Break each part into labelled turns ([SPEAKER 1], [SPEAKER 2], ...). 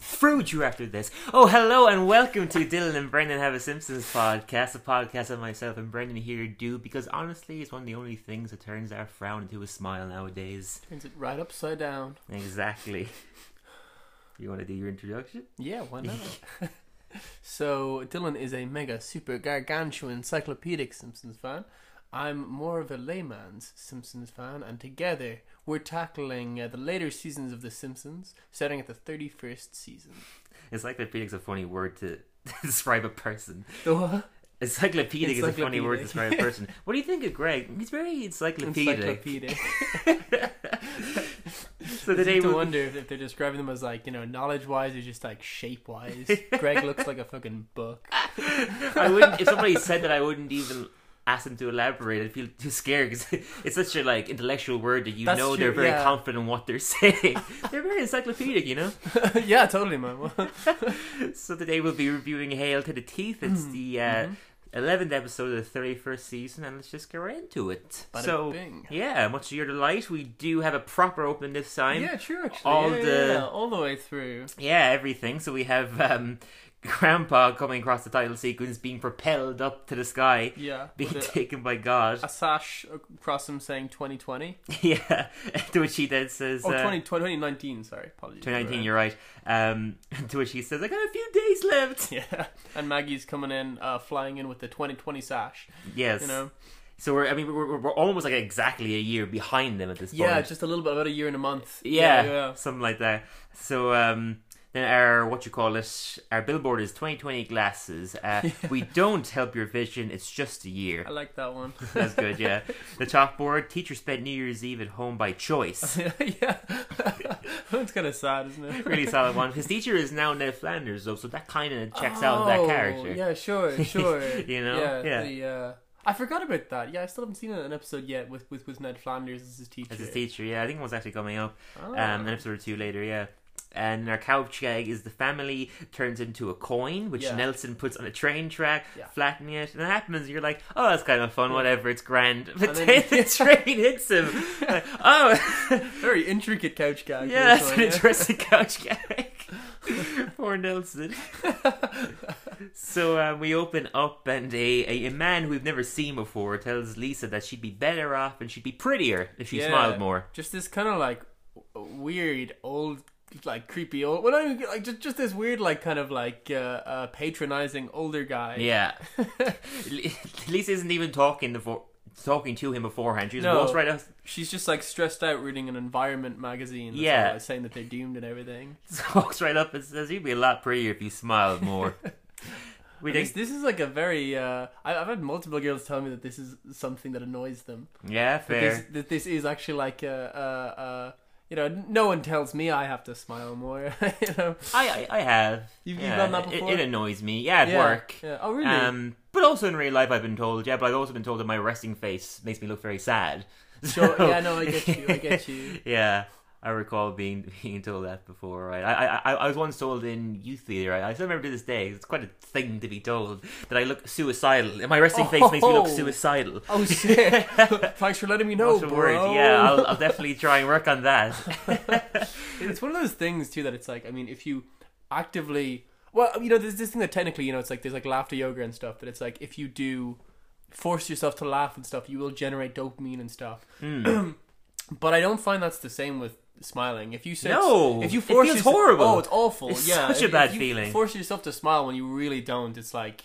[SPEAKER 1] screwed you after this. Oh, hello and welcome to Dylan and Brendan Have a Simpsons podcast, a podcast that myself and Brendan here do because honestly, it's one of the only things that turns our frown into a smile nowadays.
[SPEAKER 2] Turns it right upside down.
[SPEAKER 1] Exactly. You want to do your introduction?
[SPEAKER 2] Yeah, why not? so Dylan is a mega, super, gargantuan, encyclopedic Simpsons fan. I'm more of a layman's Simpsons fan, and together we're tackling uh, the later seasons of The Simpsons, starting at the 31st season.
[SPEAKER 1] Encyclopedic's a funny word to describe a person.
[SPEAKER 2] The what?
[SPEAKER 1] Encyclopedic is a funny word to describe
[SPEAKER 2] Encyclopedic.
[SPEAKER 1] a person. What do you think of Greg? He's very encyclopedic.
[SPEAKER 2] Encyclopedic.
[SPEAKER 1] so
[SPEAKER 2] I
[SPEAKER 1] today
[SPEAKER 2] have to
[SPEAKER 1] we
[SPEAKER 2] wonder if, if they're describing them as like you know knowledge wise or just like shape wise. Greg looks like a fucking book.
[SPEAKER 1] I wouldn't. If somebody said that, I wouldn't even ask them to elaborate. I'd feel too scared because it's such a like intellectual word that you
[SPEAKER 2] That's
[SPEAKER 1] know
[SPEAKER 2] true,
[SPEAKER 1] they're very
[SPEAKER 2] yeah.
[SPEAKER 1] confident in what they're saying. they're very encyclopedic, you know.
[SPEAKER 2] yeah, totally, man.
[SPEAKER 1] So today we'll be reviewing Hail to the Teeth. It's
[SPEAKER 2] Mm,
[SPEAKER 1] the uh,
[SPEAKER 2] mm-hmm.
[SPEAKER 1] 11th episode of the 31st season, and let's just get right into it.
[SPEAKER 2] Bada
[SPEAKER 1] so.
[SPEAKER 2] bing.
[SPEAKER 1] Yeah, much to your delight, we do have a proper opening this time.
[SPEAKER 2] yeah, true. Actually,
[SPEAKER 1] all
[SPEAKER 2] Yeah, yeah,
[SPEAKER 1] the-
[SPEAKER 2] yeah, all the way through.
[SPEAKER 1] Yeah, everything. So we have um, Grandpa coming across the title sequence, being propelled up to the sky,
[SPEAKER 2] Yeah,
[SPEAKER 1] being
[SPEAKER 2] with a-
[SPEAKER 1] taken by God.
[SPEAKER 2] a sash across him saying 2020
[SPEAKER 1] Yeah, to which he then says,
[SPEAKER 2] or
[SPEAKER 1] uh,
[SPEAKER 2] 20, 2019 sorry apologies
[SPEAKER 1] 2019, you're right. Um, to which he says, I got a few days left.
[SPEAKER 2] yeah and maggie's coming in uh flying in with the 2020 sash
[SPEAKER 1] Yes.
[SPEAKER 2] you know
[SPEAKER 1] So we're, I mean, we're, we're- we're almost like exactly a year behind them at this
[SPEAKER 2] yeah
[SPEAKER 1] point.
[SPEAKER 2] just a little bit about a year and a month
[SPEAKER 1] yeah,
[SPEAKER 2] yeah
[SPEAKER 1] something like that. So, um, then our, what you call it, our billboard is 2020 glasses. Uh, We don't help your vision, it's just a year.
[SPEAKER 2] i like that one
[SPEAKER 1] That's good, yeah. The chalkboard, teacher spent New Year's Eve at home by choice.
[SPEAKER 2] yeah that's kind of sad isn't it
[SPEAKER 1] Really solid one. His teacher is now Ned Flanders, though, so that kind of checks out that
[SPEAKER 2] Oh,
[SPEAKER 1] character.
[SPEAKER 2] yeah sure sure
[SPEAKER 1] You know? Yeah.
[SPEAKER 2] yeah, the, uh, i forgot about that yeah i still haven't seen an episode yet with with, with ned flanders as his teacher
[SPEAKER 1] As his teacher, yeah. I think it was actually coming up
[SPEAKER 2] Oh.
[SPEAKER 1] um, an episode or two later, yeah. And our couch gag is the family turns into a coin, which
[SPEAKER 2] Yeah.
[SPEAKER 1] Nelson puts on a train track,
[SPEAKER 2] Yeah.
[SPEAKER 1] flattening it, and it happens. And you're like, oh, that's kind of fun, whatever, it's grand. But
[SPEAKER 2] And
[SPEAKER 1] then,
[SPEAKER 2] then-
[SPEAKER 1] the train hits him. Like, oh,
[SPEAKER 2] very intricate couch gag
[SPEAKER 1] yeah,
[SPEAKER 2] this
[SPEAKER 1] that's
[SPEAKER 2] one,
[SPEAKER 1] an interesting couch gag. Poor Nelson. so um, we open up, and a, a, a man we've never seen before tells Lisa that she'd be better off and she'd be prettier if she
[SPEAKER 2] Yeah.
[SPEAKER 1] smiled more.
[SPEAKER 2] just this kind of like w- weird old like creepy old well not even like just, just this weird like kind of like uh, uh patronizing older guy
[SPEAKER 1] Yeah. Li- Lisa isn't even talking the for- talking to him beforehand. She just
[SPEAKER 2] No.
[SPEAKER 1] walks right up.
[SPEAKER 2] she's just like stressed out reading an environment magazine that's
[SPEAKER 1] Yeah.
[SPEAKER 2] all, like, saying that they're doomed and everything
[SPEAKER 1] walks right up and says, "You'd be a lot prettier if you smiled more." we
[SPEAKER 2] this,
[SPEAKER 1] think,
[SPEAKER 2] this is like a very uh I, i've had multiple girls tell me that this is something that annoys them
[SPEAKER 1] yeah,
[SPEAKER 2] that this,
[SPEAKER 1] fair.
[SPEAKER 2] that this is actually like uh uh uh you know, no one tells me I have to smile more. you know,
[SPEAKER 1] I, I I have.
[SPEAKER 2] You've- you've
[SPEAKER 1] yeah,
[SPEAKER 2] done that
[SPEAKER 1] it-
[SPEAKER 2] before?
[SPEAKER 1] It, annoys me. Yeah, at
[SPEAKER 2] Yeah,
[SPEAKER 1] work.
[SPEAKER 2] yeah. Oh, really?
[SPEAKER 1] Um, but also in real life, I've been told. Yeah, but I've also been told that my resting face makes me look very sad.
[SPEAKER 2] Sure,
[SPEAKER 1] So-
[SPEAKER 2] yeah, no, I get you. I get you.
[SPEAKER 1] yeah, I recall being being told that before. Right, I I, I- I was once told in youth theater. Right? I still remember to this day. It's quite a thing to be told that I look suicidal. And my resting face makes me look
[SPEAKER 2] Oh.
[SPEAKER 1] suicidal.
[SPEAKER 2] Oh shit! Thanks for letting me know,
[SPEAKER 1] Not a
[SPEAKER 2] bro.
[SPEAKER 1] word. Yeah, I'll, I'll definitely try and work on that.
[SPEAKER 2] it's one of those things too that it's like I mean, if you actively, well, you know, there's this thing that technically, you know, it's like there's like laughter yoga and stuff that it's like if you do force yourself to laugh and stuff, you will generate dopamine and stuff.
[SPEAKER 1] Hmm.
[SPEAKER 2] but I don't find that's the same with smiling. If you say
[SPEAKER 1] No,
[SPEAKER 2] if you
[SPEAKER 1] it
[SPEAKER 2] force
[SPEAKER 1] feels
[SPEAKER 2] yourself-
[SPEAKER 1] horrible.
[SPEAKER 2] Oh, it's awful.
[SPEAKER 1] It's
[SPEAKER 2] yeah,
[SPEAKER 1] such
[SPEAKER 2] if,
[SPEAKER 1] a
[SPEAKER 2] if
[SPEAKER 1] bad
[SPEAKER 2] you
[SPEAKER 1] feeling.
[SPEAKER 2] Force yourself to smile when you really don't. It's like.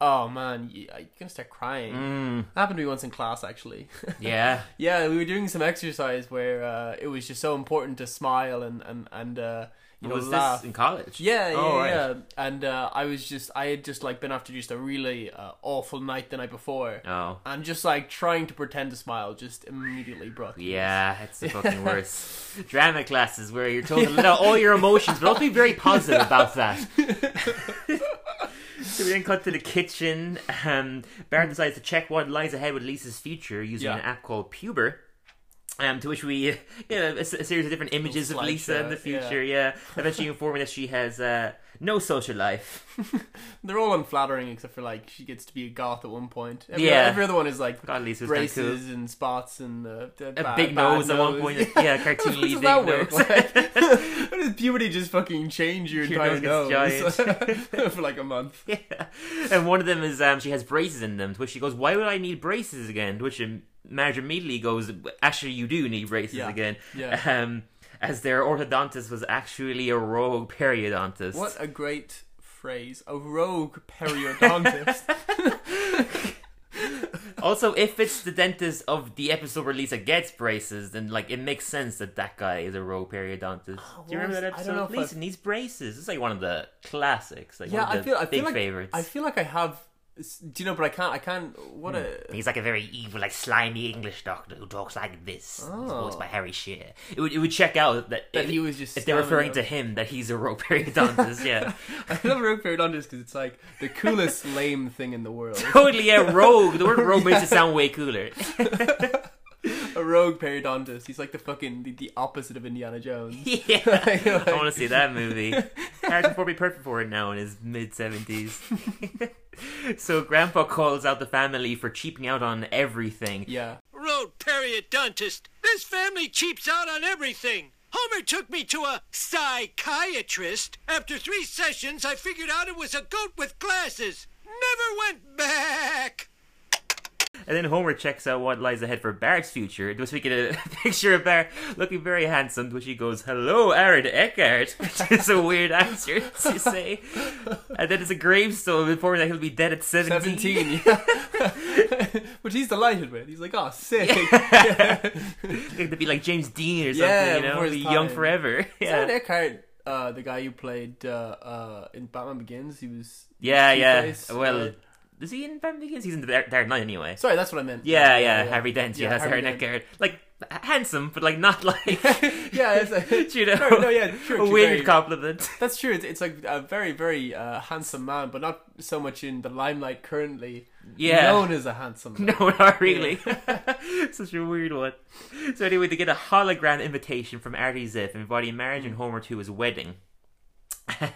[SPEAKER 2] Oh man, you- you're gonna start crying.
[SPEAKER 1] Mm.
[SPEAKER 2] Happened to me once in class, actually.
[SPEAKER 1] yeah,
[SPEAKER 2] Yeah, we were doing some exercise where uh, it was just so important to smile and and and uh, you know
[SPEAKER 1] was
[SPEAKER 2] laugh.
[SPEAKER 1] this in college?
[SPEAKER 2] Yeah, yeah,
[SPEAKER 1] Oh, right.
[SPEAKER 2] yeah. And uh, I was just I had just like been after just a really uh, awful night the night before,
[SPEAKER 1] Oh,
[SPEAKER 2] and just like trying to pretend to smile just immediately brought. tears.
[SPEAKER 1] yeah, it's the fucking worst. Drama classes where you're told to let out all your emotions, but also be very positive about that. so we then cut to the kitchen. Um, Bart decides to check what lies ahead with Lisa's future using
[SPEAKER 2] Yeah.
[SPEAKER 1] an app called Puber. Um, to which we, uh, you know, a, s- a series of different images of Lisa in
[SPEAKER 2] slideshow,
[SPEAKER 1] the
[SPEAKER 2] yeah.
[SPEAKER 1] future. Yeah, eventually informing that she has uh, No social life.
[SPEAKER 2] They're all unflattering except for like she gets to be a goth at one point. Every,
[SPEAKER 1] Yeah.
[SPEAKER 2] every other one is like
[SPEAKER 1] God, Lisa's kind of cool.
[SPEAKER 2] braces and spots and uh, a
[SPEAKER 1] A big nose at one point. Yeah, cartoony
[SPEAKER 2] How does
[SPEAKER 1] big
[SPEAKER 2] that work?
[SPEAKER 1] nose.
[SPEAKER 2] Like, how does puberty just fucking change your
[SPEAKER 1] Your
[SPEAKER 2] entire
[SPEAKER 1] nose
[SPEAKER 2] nose,
[SPEAKER 1] gets
[SPEAKER 2] for like a month?
[SPEAKER 1] Yeah. And one of them is um, she has braces in them, to which she goes, Why would I need braces again? To which Marge immediately goes, Actually, you do need braces
[SPEAKER 2] Yeah.
[SPEAKER 1] again.
[SPEAKER 2] Yeah.
[SPEAKER 1] Um, as their orthodontist was actually a rogue periodontist.
[SPEAKER 2] What a great phrase! A rogue periodontist.
[SPEAKER 1] Also, if it's the dentist of the episode where Lisa gets braces, then like it makes sense that that guy is a rogue periodontist.
[SPEAKER 2] Oh, what
[SPEAKER 1] do you remember that
[SPEAKER 2] was- I
[SPEAKER 1] episode?
[SPEAKER 2] don't know if
[SPEAKER 1] Lisa
[SPEAKER 2] I've-
[SPEAKER 1] needs braces. It's like one of the classics. Like
[SPEAKER 2] yeah,
[SPEAKER 1] one
[SPEAKER 2] I
[SPEAKER 1] of the
[SPEAKER 2] feel I
[SPEAKER 1] big
[SPEAKER 2] feel like
[SPEAKER 1] favorites.
[SPEAKER 2] I feel like I have. Do you know? But I can't. I can't. What a
[SPEAKER 1] He's like a very evil, like slimy English doctor who talks like this. He's voiced
[SPEAKER 2] Oh.
[SPEAKER 1] by Harry Shearer. It would, it would check out that,
[SPEAKER 2] that
[SPEAKER 1] if,
[SPEAKER 2] he was just.
[SPEAKER 1] if they're referring to him that he's a rogue periodontist. Yeah,
[SPEAKER 2] I love rogue periodontist because it's like the coolest lame thing in the world.
[SPEAKER 1] totally. Yeah, rogue. The word rogue makes it sound way cooler.
[SPEAKER 2] A rogue periodontist. He's like the fucking the, the opposite of Indiana Jones.
[SPEAKER 1] yeah,
[SPEAKER 2] Like-
[SPEAKER 1] I want to see that movie. Harrison Ford be perfect for it now in his mid seventies. so Grandpa calls out the family for cheaping out on everything.
[SPEAKER 2] Yeah.
[SPEAKER 3] Road periodontist. This family cheaps out on everything. Homer took me to a psychiatrist. After three sessions, I figured out it was a goat with glasses. Never went back.
[SPEAKER 1] And then Homer checks out what lies ahead for Bart's future. Just we get a picture of Bart looking very handsome, to which he goes, Hello, Aaron Eckhart, which is a weird answer to say. And then it's a gravestone informing that he'll be dead at 17.
[SPEAKER 2] 17, yeah. Which he's delighted with. He's like, oh, sick.
[SPEAKER 1] Like, to be like James Dean or something,
[SPEAKER 2] Yeah,
[SPEAKER 1] you know,
[SPEAKER 2] before his
[SPEAKER 1] be
[SPEAKER 2] time.
[SPEAKER 1] young forever.
[SPEAKER 2] Aaron
[SPEAKER 1] Yeah,
[SPEAKER 2] Eckhart, uh, the guy who played uh, uh, in Batman Begins, he was.
[SPEAKER 1] yeah. yeah.
[SPEAKER 2] Two-Face,
[SPEAKER 1] Well,
[SPEAKER 2] uh,
[SPEAKER 1] is he in Batman Begins? He's in the Dark Dark Knight anyway.
[SPEAKER 2] Sorry, that's what I meant.
[SPEAKER 1] Yeah, yeah, Harry Dent, yeah,
[SPEAKER 2] Yeah,
[SPEAKER 1] that's
[SPEAKER 2] Harry
[SPEAKER 1] Aaron
[SPEAKER 2] Dent.
[SPEAKER 1] Eckhart. Like, h- handsome, but like not like,
[SPEAKER 2] yeah, it's like,
[SPEAKER 1] you know,
[SPEAKER 2] No, no, yeah, true,
[SPEAKER 1] a
[SPEAKER 2] true,
[SPEAKER 1] weird
[SPEAKER 2] very-
[SPEAKER 1] compliment.
[SPEAKER 2] that's true. It's, it's like a very, very uh, handsome man, but not so much in the limelight currently.
[SPEAKER 1] Yeah.
[SPEAKER 2] Known as a handsome man.
[SPEAKER 1] No, not really. Such a weird one. So anyway, they get a hologram invitation from Artie Ziff inviting marriage
[SPEAKER 2] Hmm.
[SPEAKER 1] and Homer to his wedding.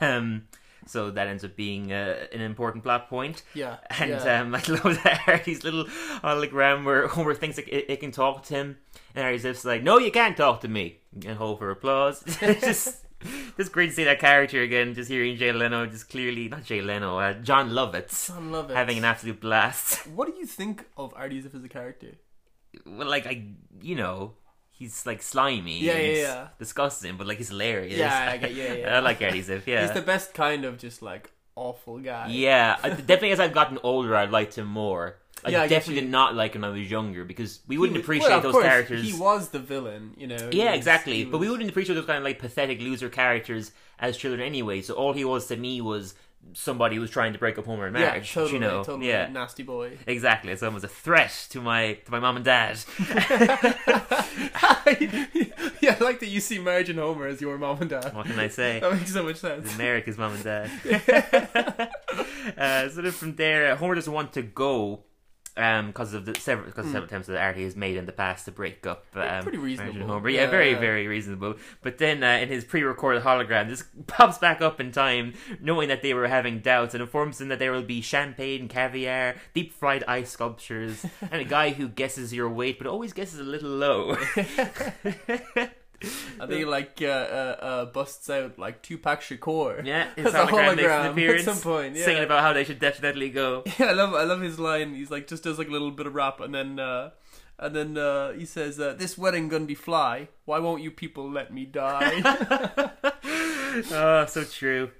[SPEAKER 1] Um, so that ends up being uh, an important plot point.
[SPEAKER 2] Yeah.
[SPEAKER 1] And
[SPEAKER 2] yeah.
[SPEAKER 1] um, I love that Artie's little hologram where Homer thinks it, it, it can talk to him, and Artie Ziff's like, "No, you can't talk to me." And hold for applause. It's just. Just great to see that character again. Just hearing Jay Leno, just clearly not Jay Leno, uh, John Lovitz,
[SPEAKER 2] John Lovitz.
[SPEAKER 1] having an absolute blast.
[SPEAKER 2] What do you think of Artie Ziff as a character?
[SPEAKER 1] well, like I, you know, he's like slimy.
[SPEAKER 2] Yeah,
[SPEAKER 1] and
[SPEAKER 2] yeah,
[SPEAKER 1] s-
[SPEAKER 2] yeah.
[SPEAKER 1] Disgusting, but like he's hilarious.
[SPEAKER 2] Yeah, I get- yeah, yeah.
[SPEAKER 1] I like Eddie Ziff. Yeah,
[SPEAKER 2] He's the best kind of just like awful guy.
[SPEAKER 1] yeah. I, definitely, as I've gotten older, I liked him more. I
[SPEAKER 2] Yeah, I get
[SPEAKER 1] definitely
[SPEAKER 2] you.
[SPEAKER 1] did not like him when I was younger because we
[SPEAKER 2] He
[SPEAKER 1] wouldn't
[SPEAKER 2] was-
[SPEAKER 1] appreciate
[SPEAKER 2] well, of
[SPEAKER 1] those
[SPEAKER 2] course,
[SPEAKER 1] characters.
[SPEAKER 2] He was the villain, you know. he
[SPEAKER 1] yeah,
[SPEAKER 2] was-
[SPEAKER 1] exactly.
[SPEAKER 2] he
[SPEAKER 1] But we
[SPEAKER 2] was-
[SPEAKER 1] wouldn't appreciate those kind of like pathetic loser characters as children anyway. So all he was to me was somebody who was trying to break up Homer and
[SPEAKER 2] yeah,
[SPEAKER 1] marriage.
[SPEAKER 2] totally,
[SPEAKER 1] you know,
[SPEAKER 2] totally
[SPEAKER 1] yeah.
[SPEAKER 2] nasty boy.
[SPEAKER 1] Exactly, so it was a threat to my to my mom and dad.
[SPEAKER 2] yeah, I like that you see Marge and Homer as your mom and dad.
[SPEAKER 1] What can I say?
[SPEAKER 2] That makes so much sense.
[SPEAKER 1] America's mom and dad. uh, so then from there, Homer doesn't want to go because of the several because of several attempts that Artie has made in the past to break up. Um,
[SPEAKER 2] pretty
[SPEAKER 1] marriage and
[SPEAKER 2] reasonable.
[SPEAKER 1] Homer. Yeah,
[SPEAKER 2] Yeah,
[SPEAKER 1] very
[SPEAKER 2] yeah.
[SPEAKER 1] very reasonable. But then uh, in his pre-recorded hologram, this pops back up in time, knowing that they were having doubts, and informs them that there will be champagne, caviar, deep fried ice sculptures, and a guy who guesses your weight but always guesses a little low.
[SPEAKER 2] I think it, like uh, uh, uh, busts out like Tupac Shakur.
[SPEAKER 1] yeah, his
[SPEAKER 2] As a
[SPEAKER 1] hologram, makes
[SPEAKER 2] hologram
[SPEAKER 1] an
[SPEAKER 2] at
[SPEAKER 1] appearance,
[SPEAKER 2] some point, yeah.
[SPEAKER 1] singing about how they should definitely go.
[SPEAKER 2] Yeah, I love I love his line. He's like just does like a little bit of rap and then uh, and then uh, he says, uh, "This wedding gonna be fly. Why won't you people let me die?"
[SPEAKER 1] Oh, so true.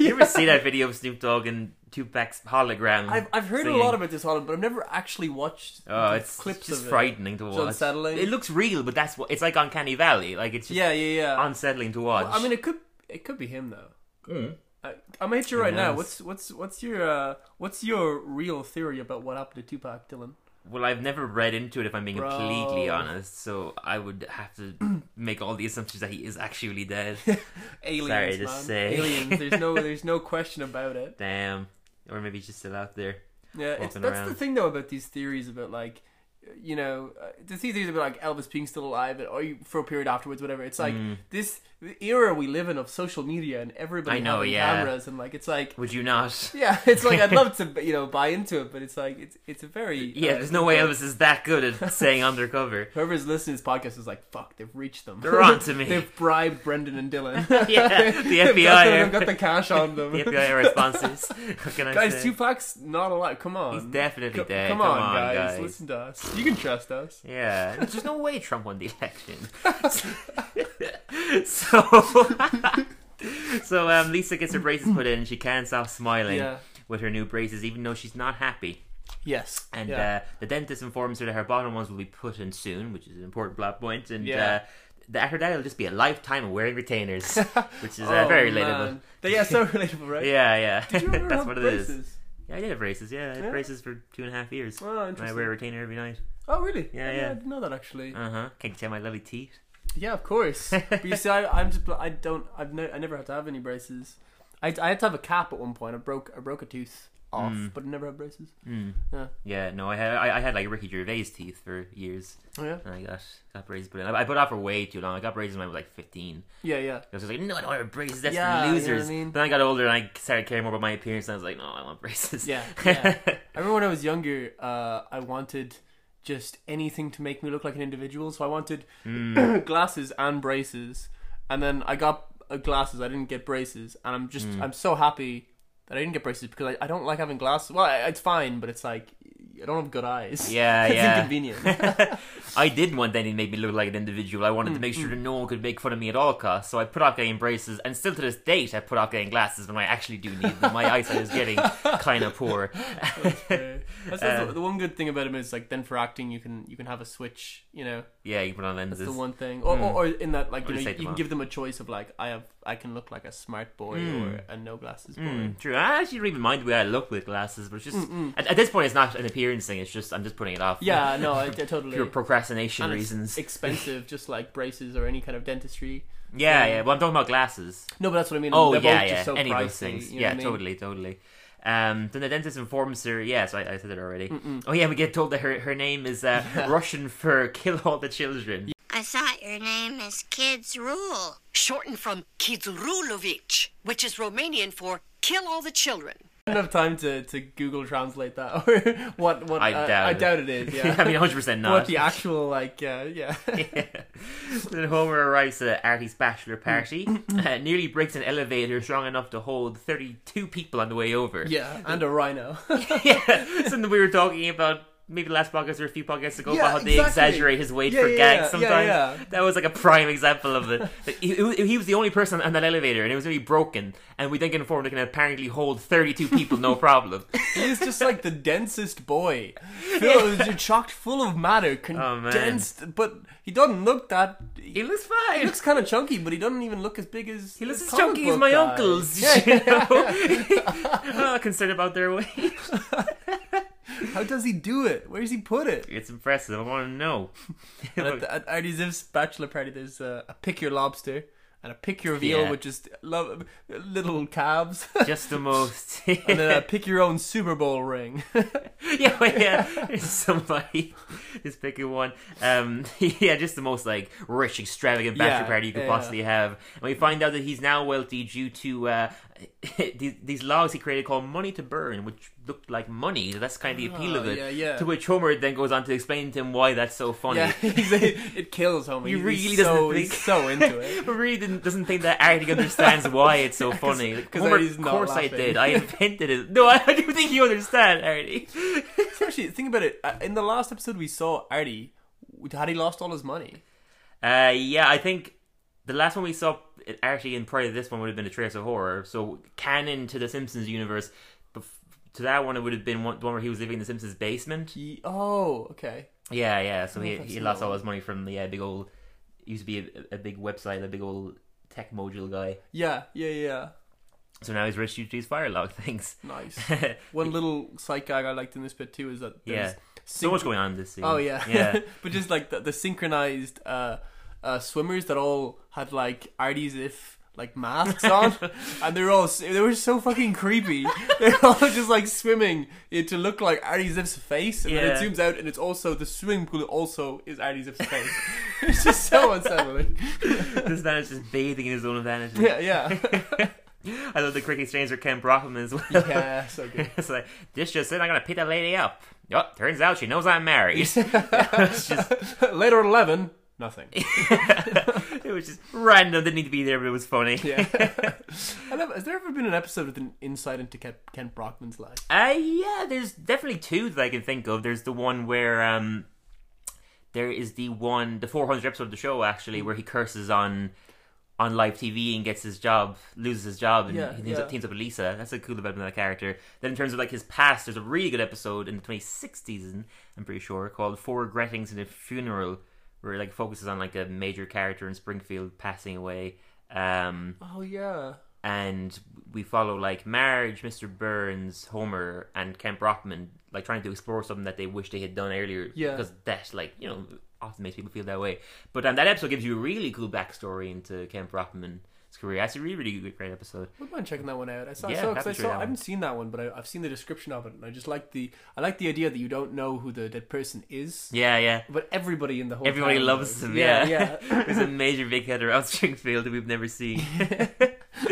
[SPEAKER 1] you ever see that video of Snoop Dogg and Tupac's hologram?
[SPEAKER 2] I've I've heard a lot about this Holland, but I've never actually watched
[SPEAKER 1] Oh,
[SPEAKER 2] the
[SPEAKER 1] it's
[SPEAKER 2] clips
[SPEAKER 1] just
[SPEAKER 2] of it.
[SPEAKER 1] frightening to watch.
[SPEAKER 2] unsettling.
[SPEAKER 1] It looks real, but that's what it's like Uncanny Valley. Like it's just
[SPEAKER 2] Yeah, yeah, yeah.
[SPEAKER 1] unsettling to watch.
[SPEAKER 2] I mean, it could it could be him though. I, I'm gonna hit you right now.
[SPEAKER 1] Hmm. knows?
[SPEAKER 2] What's what's what's your uh, what's your real theory about what happened to Tupac, Dylan?
[SPEAKER 1] well, I've never read into it if I'm being
[SPEAKER 2] Bro.
[SPEAKER 1] completely honest, so I would have to make all the assumptions that he is actually dead.
[SPEAKER 2] Aliens,
[SPEAKER 1] Sorry to
[SPEAKER 2] man.
[SPEAKER 1] say.
[SPEAKER 2] Aliens. There's no there's no question about it.
[SPEAKER 1] Damn. Or maybe he's just still out there.
[SPEAKER 2] Yeah, it's,
[SPEAKER 1] walking
[SPEAKER 2] that's
[SPEAKER 1] around.
[SPEAKER 2] the thing though about these theories about like,
[SPEAKER 1] Hmm.
[SPEAKER 2] you know, uh, the theories about like Elvis being still alive or you- for a period afterwards, whatever. It's like this the era we live in of social media and everybody
[SPEAKER 1] I know,
[SPEAKER 2] having
[SPEAKER 1] yeah.
[SPEAKER 2] cameras and like it's like
[SPEAKER 1] Would you not?
[SPEAKER 2] yeah, it's like I'd love to you know buy into it, but it's like it's it's a very
[SPEAKER 1] Yeah,
[SPEAKER 2] uh,
[SPEAKER 1] there's no way Elvis is that good at saying undercover.
[SPEAKER 2] Whoever's listening to this podcast is like, fuck, they've reached them.
[SPEAKER 1] They're on to me.
[SPEAKER 2] they've bribed Brendan and Dylan.
[SPEAKER 1] Yeah, the
[SPEAKER 2] They've
[SPEAKER 1] FBI
[SPEAKER 2] got them,
[SPEAKER 1] are-
[SPEAKER 2] They've got the cash on them.
[SPEAKER 1] The FBI responses. What can I
[SPEAKER 2] Guys,
[SPEAKER 1] say?
[SPEAKER 2] Tupac's not alive. Come on.
[SPEAKER 1] He's definitely
[SPEAKER 2] Co-
[SPEAKER 1] dead.
[SPEAKER 2] Come, on, guys. Listen to us. You can trust us.
[SPEAKER 1] Yeah, there's no way Trump won the election. so, so um, Lisa gets her braces put in, and she can't stop smiling
[SPEAKER 2] Yeah.
[SPEAKER 1] with her new braces, even though she's not happy.
[SPEAKER 2] Yes.
[SPEAKER 1] And
[SPEAKER 2] yeah.
[SPEAKER 1] uh, the dentist informs her that her bottom ones will be put in soon, which is an important plot point. And
[SPEAKER 2] Yeah.
[SPEAKER 1] uh, th- after that, it'll just be a lifetime of wearing retainers, which is uh,
[SPEAKER 2] Oh,
[SPEAKER 1] very relatable.
[SPEAKER 2] man. They- Yeah, so relatable, right?
[SPEAKER 1] Yeah, yeah,
[SPEAKER 2] Do you remember
[SPEAKER 1] that's
[SPEAKER 2] how
[SPEAKER 1] what it is.
[SPEAKER 2] braces-
[SPEAKER 1] Yeah, I did have braces. Yeah, I had
[SPEAKER 2] Yeah?
[SPEAKER 1] braces for two and a half years.
[SPEAKER 2] Oh,
[SPEAKER 1] and I
[SPEAKER 2] interesting.
[SPEAKER 1] wear a retainer every night.
[SPEAKER 2] Oh, really?
[SPEAKER 1] Yeah,
[SPEAKER 2] I
[SPEAKER 1] yeah.
[SPEAKER 2] didn't know that actually.
[SPEAKER 1] Uh huh. Can you tell my lovely teeth?
[SPEAKER 2] Yeah, of course. but you see, I, I'm just I don't I've no, I never had to have any braces. I, I had to have a cap at one point. I broke I broke a tooth off, but I never had braces.
[SPEAKER 1] Yeah, no, I had I, I had like Ricky Gervais teeth for years,
[SPEAKER 2] Oh, yeah,
[SPEAKER 1] and I got got braces put in. I, I put off for way too long. I got braces when I was like fifteen.
[SPEAKER 2] yeah, yeah.
[SPEAKER 1] I was just like, no, I don't want braces. That's
[SPEAKER 2] Yeah,
[SPEAKER 1] for
[SPEAKER 2] you know what I
[SPEAKER 1] losers.
[SPEAKER 2] mean?
[SPEAKER 1] Then I got older and I started caring more about my appearance. And I was like, no, I want braces.
[SPEAKER 2] Yeah, yeah. I remember when I was younger, uh, I wanted just anything to make me look like an individual. So I wanted glasses and braces, and then I got uh, glasses. I didn't get braces, and I'm just I'm so happy that I didn't get braces because I, I don't like having glasses. Well, I, it's fine, but it's like I don't have good eyes.
[SPEAKER 1] Yeah,
[SPEAKER 2] it's
[SPEAKER 1] yeah.
[SPEAKER 2] inconvenient. Mm,
[SPEAKER 1] I didn't want anything to make me look like an individual. I wanted to make sure that no one could make fun of me at all costs. So I put off getting braces, and still to this date, I put off getting glasses when I actually do need them. My eyesight is getting kind of poor.
[SPEAKER 2] That's, that's
[SPEAKER 1] Uh,
[SPEAKER 2] the, the one good thing about him is like then for acting you can you can have a switch you know
[SPEAKER 1] yeah, you can put on lenses.
[SPEAKER 2] the one thing
[SPEAKER 1] Hmm.
[SPEAKER 2] or, or, or in that like you, know,
[SPEAKER 1] just
[SPEAKER 2] you
[SPEAKER 1] take them
[SPEAKER 2] can
[SPEAKER 1] off.
[SPEAKER 2] give them a choice of like I have I can look like a smart boy
[SPEAKER 1] Hmm.
[SPEAKER 2] or a no glasses boy
[SPEAKER 1] Mm, true. I actually don't even mind the way I look with glasses, but it's just at, at this point, it's not an appearance thing. It's just I'm just putting it off.
[SPEAKER 2] yeah no I, I totally
[SPEAKER 1] pure procrastination
[SPEAKER 2] And it's
[SPEAKER 1] reasons.
[SPEAKER 2] expensive just like braces or any kind of dentistry
[SPEAKER 1] yeah,
[SPEAKER 2] um,
[SPEAKER 1] yeah. Well, I'm talking about glasses.
[SPEAKER 2] no but that's what I mean
[SPEAKER 1] Oh
[SPEAKER 2] They're
[SPEAKER 1] yeah,
[SPEAKER 2] both just
[SPEAKER 1] yeah.
[SPEAKER 2] so
[SPEAKER 1] Any
[SPEAKER 2] pricey,
[SPEAKER 1] of those things.
[SPEAKER 2] you know
[SPEAKER 1] yeah,
[SPEAKER 2] what I mean?
[SPEAKER 1] totally, totally. Um, then the dentist informs her. Yes, I, I said it already. Oh yeah, we get told that her her name is uh, Russian for "kill all the children."
[SPEAKER 4] I thought your name is Kids Rule.
[SPEAKER 5] shortened from Kidrulovic, which is Romanian for kill all the children.
[SPEAKER 2] I don't have time to, to Google translate that or what what
[SPEAKER 1] I
[SPEAKER 2] uh,
[SPEAKER 1] doubt
[SPEAKER 2] I
[SPEAKER 1] it.
[SPEAKER 2] doubt it is yeah
[SPEAKER 1] I mean, 100 percent
[SPEAKER 2] what
[SPEAKER 1] not.
[SPEAKER 2] the actual like uh, yeah
[SPEAKER 1] then Homer arrives at Artie's bachelor party, uh, nearly breaks an elevator strong enough to hold 32 people on the way over.
[SPEAKER 2] yeah and a rhino
[SPEAKER 1] yeah, something we were talking about maybe last podcast or a few podcasts ago
[SPEAKER 2] Yeah,
[SPEAKER 1] about how they
[SPEAKER 2] exactly.
[SPEAKER 1] exaggerate his weight
[SPEAKER 2] Yeah,
[SPEAKER 1] for
[SPEAKER 2] yeah,
[SPEAKER 1] gags
[SPEAKER 2] yeah,
[SPEAKER 1] sometimes.
[SPEAKER 2] yeah, yeah.
[SPEAKER 1] That was like a prime example of the. he, he- he was the only person on that elevator, and it was really broken. And we then get informed it can apparently hold thirty-two people, no problem.
[SPEAKER 2] He's just like the densest boy. Phil is chocked full of matter,
[SPEAKER 1] Oh, man.
[SPEAKER 2] condensed, but he doesn't look that.
[SPEAKER 1] he
[SPEAKER 2] He
[SPEAKER 1] looks fine.
[SPEAKER 2] looks kind of chunky, but he doesn't even look as big as.
[SPEAKER 1] He looks as
[SPEAKER 2] comic
[SPEAKER 1] chunky as
[SPEAKER 2] book
[SPEAKER 1] my
[SPEAKER 2] guy.
[SPEAKER 1] uncles.
[SPEAKER 2] Yeah,
[SPEAKER 1] You know? I'm not concerned about their weight.
[SPEAKER 2] How does he do it? Where does he put it?
[SPEAKER 1] It's impressive. I want to know.
[SPEAKER 2] And at, the, at Artie Ziff's bachelor party, there's uh, a pick your lobster and a pick your veal
[SPEAKER 1] Yeah.
[SPEAKER 2] with just lo- little calves,
[SPEAKER 1] Just the most.
[SPEAKER 2] and then a pick your own Super Bowl ring.
[SPEAKER 1] yeah, well, yeah. There's somebody is picking one. Um, yeah, just the most like rich, extravagant bachelor
[SPEAKER 2] Yeah,
[SPEAKER 1] party you could
[SPEAKER 2] yeah.
[SPEAKER 1] possibly have. And we find out that he's now wealthy due to uh, these, these logs he created called "Money to Burn," which looked like money. So that's kind of the appeal of
[SPEAKER 2] Ah,
[SPEAKER 1] it.
[SPEAKER 2] yeah, yeah.
[SPEAKER 1] To which Homer then goes on to explain to him why that's so funny.
[SPEAKER 2] yeah, he's a, it kills homie.
[SPEAKER 1] He really
[SPEAKER 2] he's
[SPEAKER 1] doesn't
[SPEAKER 2] so,
[SPEAKER 1] think-
[SPEAKER 2] he's so into it.
[SPEAKER 1] But really didn't, doesn't think that Artie understands why it's so funny. Like,
[SPEAKER 2] 'cause
[SPEAKER 1] Homer,
[SPEAKER 2] Artie's
[SPEAKER 1] of
[SPEAKER 2] not
[SPEAKER 1] course I
[SPEAKER 2] laughing.
[SPEAKER 1] did. I invented it. No, I, do think you understand, Artie.
[SPEAKER 2] Actually, think about it. Uh, In the last episode, we saw Artie. Had he lost all his money?
[SPEAKER 1] Uh, yeah, I think the last one we saw, it actually, and prior to this one, would have been a Trace of Horror. So, canon to the Simpsons universe, but f- to that one, it would have been one, the one where he was living in the Simpsons basement.
[SPEAKER 2] Ye- oh, okay.
[SPEAKER 1] Yeah, yeah. So he,
[SPEAKER 2] I've
[SPEAKER 1] he
[SPEAKER 2] seen
[SPEAKER 1] lost
[SPEAKER 2] that
[SPEAKER 1] all his money from the uh, big old used to be a, a big website, a big old tech module guy.
[SPEAKER 2] Yeah, yeah, yeah.
[SPEAKER 1] So now he's rich due to these firelog things.
[SPEAKER 2] Nice. One little sight gag I liked in this bit too is that
[SPEAKER 1] yeah,
[SPEAKER 2] there's
[SPEAKER 1] so much going on in this scene.
[SPEAKER 2] Oh yeah,
[SPEAKER 1] yeah.
[SPEAKER 2] but just like the, the synchronized uh, uh, swimmers that all had like Artie's if like masks on, and they were all they were so fucking creepy. They're all just like swimming it to look like Artie Ziff's face, and then it
[SPEAKER 1] Yeah.
[SPEAKER 2] zooms out, and it's also the swimming pool also is Artie Ziff's face. it's just so unsettling.
[SPEAKER 1] This man is just bathing in his own vanity.
[SPEAKER 2] Yeah, yeah,
[SPEAKER 1] I love the cricket strains for Ken Brockham as well.
[SPEAKER 2] yeah, so good.
[SPEAKER 1] it's like, this just said I'm going to pick that lady up. Oh, turns out she knows I'm married. it's just,
[SPEAKER 2] Later at eleven, nothing.
[SPEAKER 1] it was just random. Didn't need to be there, but it was funny.
[SPEAKER 2] Yeah. I love, has there ever been an episode with an insight into Ken, Ken Brockman's life?
[SPEAKER 1] Uh, yeah, there's definitely two that I can think of. There's the one where um, there is the one, the 400 episode of the show
[SPEAKER 2] Mm.
[SPEAKER 1] actually, where he curses on on live TV and gets his job, loses his job, and
[SPEAKER 2] Yeah,
[SPEAKER 1] he teams,
[SPEAKER 2] yeah.
[SPEAKER 1] Up, teams up with Lisa. That's a cool development of that character. Then in terms of like his past, there's a really good episode in the 26th season, I'm pretty sure, called Four Regrettings in a Funeral, where it, like focuses on like a major character in Springfield passing away. Um,
[SPEAKER 2] Oh yeah.
[SPEAKER 1] and we follow like marriage, Mr. Burns, Homer, and Kent Brockman, like trying to explore something that they wish they had done earlier.
[SPEAKER 2] Yeah.
[SPEAKER 1] because that, like, you know, often makes people feel that way. But um, that episode gives you a really cool backstory into Kent Brockman's career. That's a really, really good, great episode.
[SPEAKER 2] Wouldn't mind checking that one out. I saw,
[SPEAKER 1] Yeah,
[SPEAKER 2] I, saw, 'cause
[SPEAKER 1] happy
[SPEAKER 2] I,
[SPEAKER 1] to
[SPEAKER 2] saw
[SPEAKER 1] try that
[SPEAKER 2] I
[SPEAKER 1] one.
[SPEAKER 2] haven't seen that one, but I, I've seen the description of it, and I just like the I like the idea that you don't know who the dead person is,
[SPEAKER 1] Yeah, yeah.
[SPEAKER 2] but everybody in the whole
[SPEAKER 1] Everybody
[SPEAKER 2] town
[SPEAKER 1] loves
[SPEAKER 2] knows.
[SPEAKER 1] him. Yeah,
[SPEAKER 2] yeah.
[SPEAKER 1] There's a major big header around Springfield that we've never seen.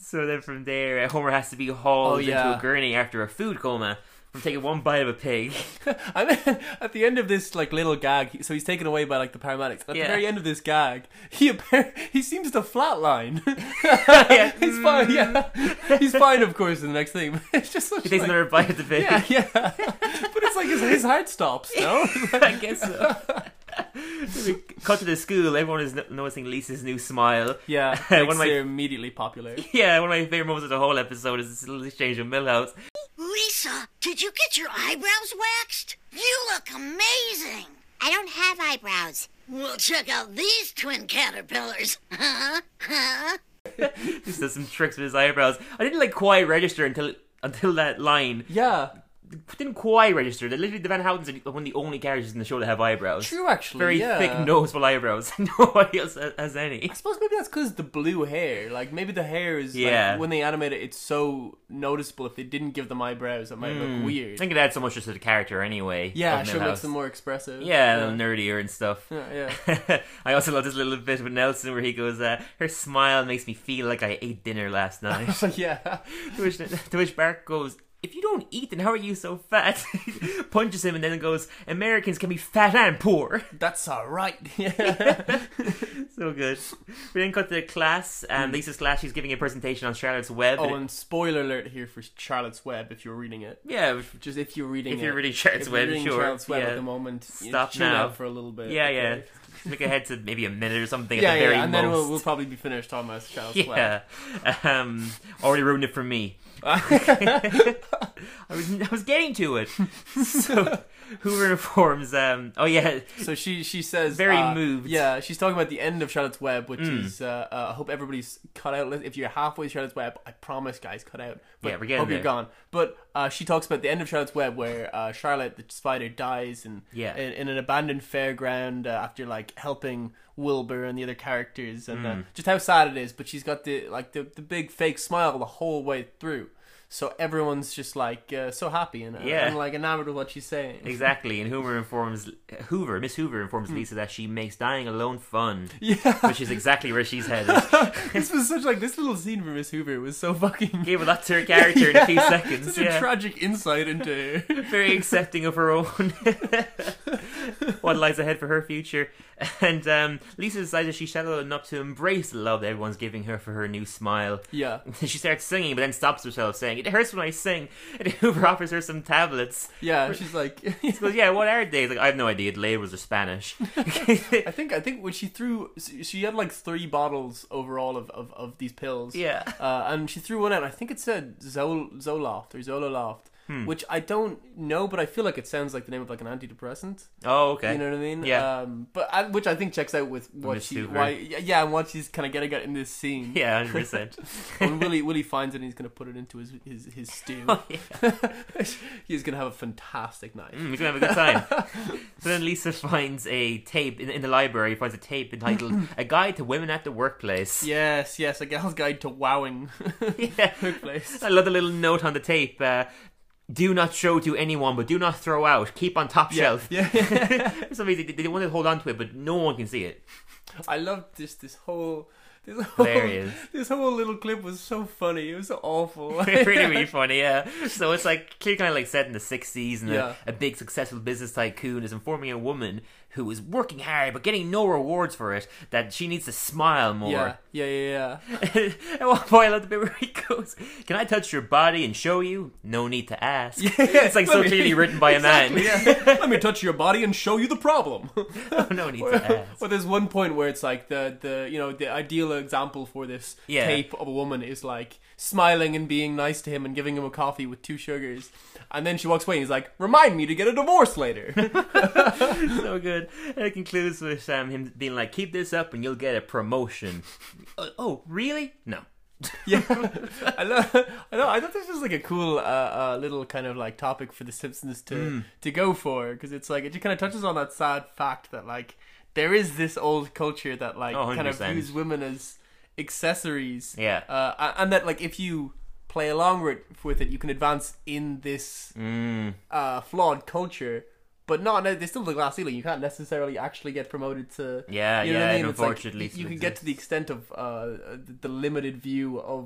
[SPEAKER 1] so then from there, uh, Homer has to be hauled
[SPEAKER 2] Oh,
[SPEAKER 1] into
[SPEAKER 2] yeah.
[SPEAKER 1] a gurney after a food coma from taking one bite of a pig.
[SPEAKER 2] and then at the end of this like little gag, he- so he's taken away by like the paramedics. And at
[SPEAKER 1] Yeah.
[SPEAKER 2] the very end of this gag, he appar- he seems to flatline. he's fine. Yeah, he's fine. Of course, in the next thing, it's just such,
[SPEAKER 1] He takes
[SPEAKER 2] like-
[SPEAKER 1] another bite of the pig.
[SPEAKER 2] yeah, yeah. but it's like his, his heart stops. No,
[SPEAKER 1] I guess so. We Cut to the school. Everyone is no- noticing Lisa's new smile.
[SPEAKER 2] yeah,
[SPEAKER 1] One of
[SPEAKER 2] makes
[SPEAKER 1] my-
[SPEAKER 2] her immediately popular.
[SPEAKER 1] Yeah, one of my favorite moments of the whole episode is this little exchange with Millhouse.
[SPEAKER 4] Lisa, did you get your eyebrows waxed? You look amazing. I don't have eyebrows. Well, check out these twin caterpillars. Huh? Huh?
[SPEAKER 1] He does some tricks with his eyebrows. I didn't like quite register until until that line.
[SPEAKER 2] Yeah,
[SPEAKER 1] Didn't quite register. That literally the Van Houtens are one of the only characters in the show that have eyebrows.
[SPEAKER 2] true. Actually,
[SPEAKER 1] Very
[SPEAKER 2] yeah.
[SPEAKER 1] thick, noticeable eyebrows. Nobody else has, has any.
[SPEAKER 2] I suppose maybe that's because the blue hair. Like maybe the hair is
[SPEAKER 1] Yeah.
[SPEAKER 2] like, when they animate it, it's so noticeable. If they didn't give them eyebrows, it might look
[SPEAKER 1] I
[SPEAKER 2] weird.
[SPEAKER 1] think it adds so much just to the character anyway.
[SPEAKER 2] yeah,
[SPEAKER 1] of
[SPEAKER 2] it sure makes
[SPEAKER 1] Milhouse.
[SPEAKER 2] them more expressive.
[SPEAKER 1] Yeah, a little nerdier and stuff.
[SPEAKER 2] Yeah,
[SPEAKER 1] I also love this little bit with Nelson where he goes, uh, "Her smile makes me feel like I ate dinner last night."
[SPEAKER 2] yeah. yeah.
[SPEAKER 1] to, which, to which Bart goes, "If you don't eat, then how are you so fat?" Punches him and then goes, "Americans can be fat and poor."
[SPEAKER 2] That's all right. Yeah.
[SPEAKER 1] so good. We then cut to the class. Um, Lisa's class. She's giving a presentation on Charlotte's Web.
[SPEAKER 2] Hmm. oh,
[SPEAKER 1] and it-
[SPEAKER 2] and spoiler alert here for Charlotte's Web. If you're reading it,
[SPEAKER 1] yeah, which-
[SPEAKER 2] just if you're reading,
[SPEAKER 1] If
[SPEAKER 2] it.
[SPEAKER 1] you're reading Charlotte's
[SPEAKER 2] If you're
[SPEAKER 1] Web,
[SPEAKER 2] reading
[SPEAKER 1] sure,
[SPEAKER 2] Charlotte's Web
[SPEAKER 1] yeah.
[SPEAKER 2] at the moment. you
[SPEAKER 1] Stop
[SPEAKER 2] tune
[SPEAKER 1] now.
[SPEAKER 2] out for a little bit.
[SPEAKER 1] yeah, yeah.
[SPEAKER 2] okay?
[SPEAKER 1] Look ahead to maybe a minute or something
[SPEAKER 2] Yeah,
[SPEAKER 1] at the
[SPEAKER 2] yeah,
[SPEAKER 1] very
[SPEAKER 2] and
[SPEAKER 1] most.
[SPEAKER 2] then we'll, we'll probably be finished talking about Charlotte's Web.
[SPEAKER 1] yeah, um, already ruined it for me. I was I was getting to it. So Hoover informs. Um, oh yeah,
[SPEAKER 2] So she she says
[SPEAKER 1] Very
[SPEAKER 2] uh,
[SPEAKER 1] moved. Hmm.
[SPEAKER 2] Yeah, she's talking about the end of Charlotte's Web, which is uh, uh, I hope everybody's cut out. If you're halfway through Charlotte's Web, I promise, guys, cut out. But
[SPEAKER 1] Yeah, we're getting
[SPEAKER 2] hope
[SPEAKER 1] there.
[SPEAKER 2] you're gone. But uh, she talks about the end of Charlotte's Web, where uh, Charlotte the spider dies and
[SPEAKER 1] Yeah.
[SPEAKER 2] in, in an abandoned fairground uh, after like helping Wilbur and the other characters, and
[SPEAKER 1] Hmm.
[SPEAKER 2] uh, just how sad it is. But she's got the like the the big fake smile the whole way through. So everyone's just like uh, so happy and,
[SPEAKER 1] Yeah.
[SPEAKER 2] and like enamored with what she's saying.
[SPEAKER 1] exactly. And Hoover informs Hoover, Miss Hoover informs Lisa that she makes dying alone fun. Hmm. Yeah, which is exactly where she's headed.
[SPEAKER 2] this was such like this little scene from Miss Hoover was so fucking
[SPEAKER 1] Gave a lot to her character in a few seconds.
[SPEAKER 2] Such
[SPEAKER 1] yeah.
[SPEAKER 2] a tragic insight into her.
[SPEAKER 1] very accepting of her own what lies ahead for her future and um, lisa decides that she's shallow enough to embrace the love that everyone's giving her for her new smile
[SPEAKER 2] Yeah.
[SPEAKER 1] she starts singing but then stops herself saying it hurts when i sing and hoover offers her some tablets
[SPEAKER 2] Yeah, she's like
[SPEAKER 1] she goes yeah what are they He's like i have no idea labels are spanish
[SPEAKER 2] I think I think when she threw she had like three bottles overall of, of, of these pills.
[SPEAKER 1] yeah
[SPEAKER 2] Uh, and she threw one out. I think it said Zol Zoloft or Zololoft.
[SPEAKER 1] Hmm.
[SPEAKER 2] which I don't know, but I feel like it sounds like the name of like an antidepressant.
[SPEAKER 1] Oh, okay.
[SPEAKER 2] You know what I mean?
[SPEAKER 1] Yeah.
[SPEAKER 2] Um, but I, which I think checks out with what
[SPEAKER 1] Miss
[SPEAKER 2] she,
[SPEAKER 1] Hoover.
[SPEAKER 2] why, yeah, yeah, and what she's kind of getting at in this scene.
[SPEAKER 1] yeah, hundred percent.
[SPEAKER 2] when Willie Willie finds it, and he's gonna put it into his his, his stew.
[SPEAKER 1] Oh,
[SPEAKER 2] he's gonna have a fantastic night.
[SPEAKER 1] We're gonna Hmm, have a good time. so then Lisa finds a tape in, in the library. Finds a tape entitled "A Guide to Women at the Workplace."
[SPEAKER 2] Yes, yes, a girl's guide to wowing.
[SPEAKER 1] Yeah.
[SPEAKER 2] Workplace.
[SPEAKER 1] I love the little note on the tape. Uh, do not show to anyone, but do not throw out. Keep on top shelf.
[SPEAKER 2] Yeah.
[SPEAKER 1] For some reason, they, they want to hold on to it, but no one can see it.
[SPEAKER 2] I love this this whole this whole
[SPEAKER 1] Hilarious.
[SPEAKER 2] this whole little clip was so funny. It was so awful.
[SPEAKER 1] really, really funny, yeah. So it's like clearly kind of like set in the 60s, and a-
[SPEAKER 2] Yeah.
[SPEAKER 1] a, big successful business tycoon is informing a woman who is working hard but getting no rewards for it that she needs to smile more.
[SPEAKER 2] yeah, yeah, yeah, yeah.
[SPEAKER 1] At one point, I love the bit where he goes, "Can I touch your body and show you? No need to ask." It's like so
[SPEAKER 2] Let me-
[SPEAKER 1] clearly written by a
[SPEAKER 2] Exactly,
[SPEAKER 1] man.
[SPEAKER 2] yeah. Let me touch your body and show you the problem.
[SPEAKER 1] no need to ask.
[SPEAKER 2] well, there's one point where it's like the the you know the ideal example for this
[SPEAKER 1] Yeah.
[SPEAKER 2] tape of a woman is like smiling and being nice to him and giving him a coffee with two sugars, and then she walks away and he's like, "Remind me to get a divorce later."
[SPEAKER 1] so good. And it concludes with um, him being like, "Keep this up, and you'll get a promotion." Uh, oh, really? No.
[SPEAKER 2] yeah, I know. I know. I thought this was like a cool uh, uh, little kind of like topic for the Simpsons to
[SPEAKER 1] Hmm.
[SPEAKER 2] to go for because it's like it just kind of touches on that sad fact that like there is this old culture that like
[SPEAKER 1] Oh,
[SPEAKER 2] kind of
[SPEAKER 1] 100%.
[SPEAKER 2] views women as accessories.
[SPEAKER 1] Yeah.
[SPEAKER 2] uh, a- and that like if you play along with with it, you can advance in this
[SPEAKER 1] Mm.
[SPEAKER 2] uh, flawed culture. But not, no, there's still the glass ceiling. You can't necessarily actually get promoted to.
[SPEAKER 1] Yeah,
[SPEAKER 2] you know what
[SPEAKER 1] yeah,
[SPEAKER 2] I
[SPEAKER 1] and
[SPEAKER 2] mean? It's like,
[SPEAKER 1] unfortunately
[SPEAKER 2] you-
[SPEAKER 1] still
[SPEAKER 2] you can get
[SPEAKER 1] exists.
[SPEAKER 2] to the extent of uh, the- the limited view of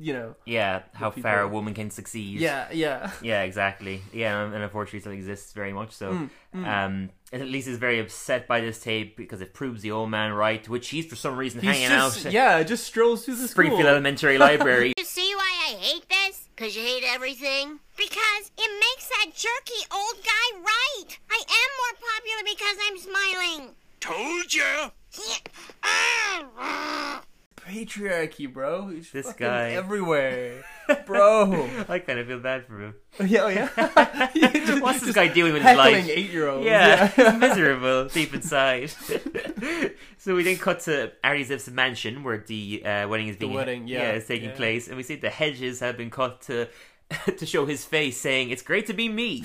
[SPEAKER 2] you know.
[SPEAKER 1] Yeah, how
[SPEAKER 2] people-
[SPEAKER 1] far a woman can succeed.
[SPEAKER 2] Yeah, yeah.
[SPEAKER 1] Yeah, exactly. Yeah, and unfortunately, it still exists very much so.
[SPEAKER 2] Mm,
[SPEAKER 1] Um, and at least is very upset by this tape because it proves the old man right, to which he's for some reason hanging
[SPEAKER 2] just,
[SPEAKER 1] out. at
[SPEAKER 2] yeah, just strolls through the
[SPEAKER 1] Springfield
[SPEAKER 2] school.
[SPEAKER 1] Elementary Library.
[SPEAKER 4] You see why I hate this? Cause you hate everything? Because it makes that jerky old guy right. I am more popular because I'm smiling.
[SPEAKER 3] Told ya.
[SPEAKER 4] Ah!
[SPEAKER 2] Patriarchy, bro. He's
[SPEAKER 1] This
[SPEAKER 2] fucking
[SPEAKER 1] guy.
[SPEAKER 2] everywhere, bro.
[SPEAKER 1] I kind of feel bad for him.
[SPEAKER 2] yeah, oh, yeah. He just-
[SPEAKER 1] What's this
[SPEAKER 2] just
[SPEAKER 1] guy doing with his life?
[SPEAKER 2] heckling eight-year-olds.
[SPEAKER 1] Yeah, he's miserable deep inside. so we then cut to Ari Ziff's mansion where the uh, wedding is being
[SPEAKER 2] wedding, yeah,
[SPEAKER 1] is taking
[SPEAKER 2] yeah.
[SPEAKER 1] place, and we see the hedges have been cut to to show his face, saying, "It's great to be me."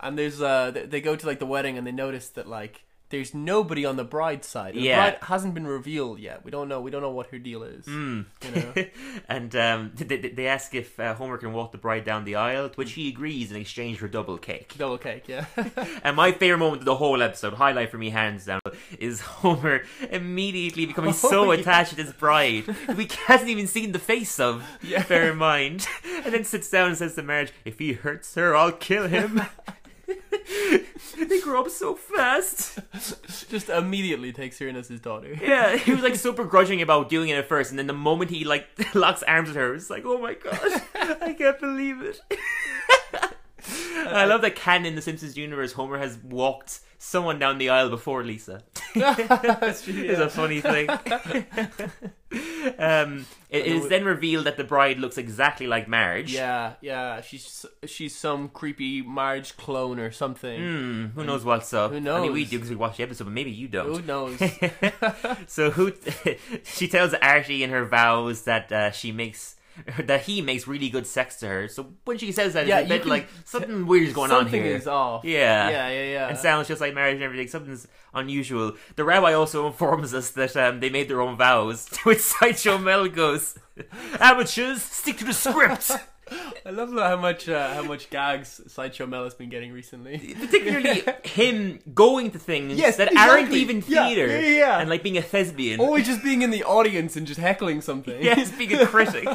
[SPEAKER 2] and there's uh th- they go to like the wedding and they notice that like there's nobody on the bride's side. The
[SPEAKER 1] Yeah.
[SPEAKER 2] bride hasn't been revealed yet. We don't know. We don't know what her deal is.
[SPEAKER 1] Mm.
[SPEAKER 2] You know?
[SPEAKER 1] and um, they, they- they ask if uh, Homer can walk the bride down the aisle, to which he agrees in exchange for double cake.
[SPEAKER 2] Double cake, yeah.
[SPEAKER 1] And my favorite moment of the whole episode, highlight for me hands down, is Homer immediately becoming so
[SPEAKER 2] Oh, yeah.
[SPEAKER 1] attached to this bride we hasn't even seen the face of.
[SPEAKER 2] Yeah.
[SPEAKER 1] Bear in mind, and then sits down and says to Marge, "If he hurts her, I'll kill him." they grow up so fast.
[SPEAKER 2] Just immediately takes her in as his daughter.
[SPEAKER 1] Yeah, he was like so begrudging about doing it at first, and then the moment he like locks arms with her, it's like, oh my gosh, I can't believe it. And I love that canon in the Simpsons universe, Homer has walked someone down the aisle before Lisa.
[SPEAKER 2] That's true,
[SPEAKER 1] It's
[SPEAKER 2] yeah.
[SPEAKER 1] a funny thing. um, it- it is then revealed that the bride looks exactly like Marge.
[SPEAKER 2] Yeah, yeah. She's she's some creepy Marge clone or something.
[SPEAKER 1] Hmm, Who knows what's up?
[SPEAKER 2] Who
[SPEAKER 1] I mean, we
[SPEAKER 2] knows?
[SPEAKER 1] do because we watch the episode, but maybe you don't.
[SPEAKER 2] Who knows?
[SPEAKER 1] so who she tells Archie in her vows that uh, she makes that he makes really good sex to her. So when she says that,
[SPEAKER 2] Yeah,
[SPEAKER 1] it's
[SPEAKER 2] you
[SPEAKER 1] a bit
[SPEAKER 2] can-
[SPEAKER 1] like something weird is going on
[SPEAKER 2] Something
[SPEAKER 1] here.
[SPEAKER 2] is off.
[SPEAKER 1] Yeah.
[SPEAKER 2] yeah, yeah, yeah.
[SPEAKER 1] And sounds just like marriage and everything. Something's unusual. The rabbi also informs us that um, they made their own vows, to which Sideshow Mel goes, Amateurs, stick to the script!
[SPEAKER 2] I love how much uh, how much gags Sideshow Mel has been getting recently.
[SPEAKER 1] Particularly him going to things
[SPEAKER 2] Yes,
[SPEAKER 1] that aren't
[SPEAKER 2] exactly.
[SPEAKER 1] even
[SPEAKER 2] Yeah,
[SPEAKER 1] theater
[SPEAKER 2] yeah, yeah.
[SPEAKER 1] and like being a thespian.
[SPEAKER 2] Always just being in the audience and just heckling something.
[SPEAKER 1] Yes, being a critic.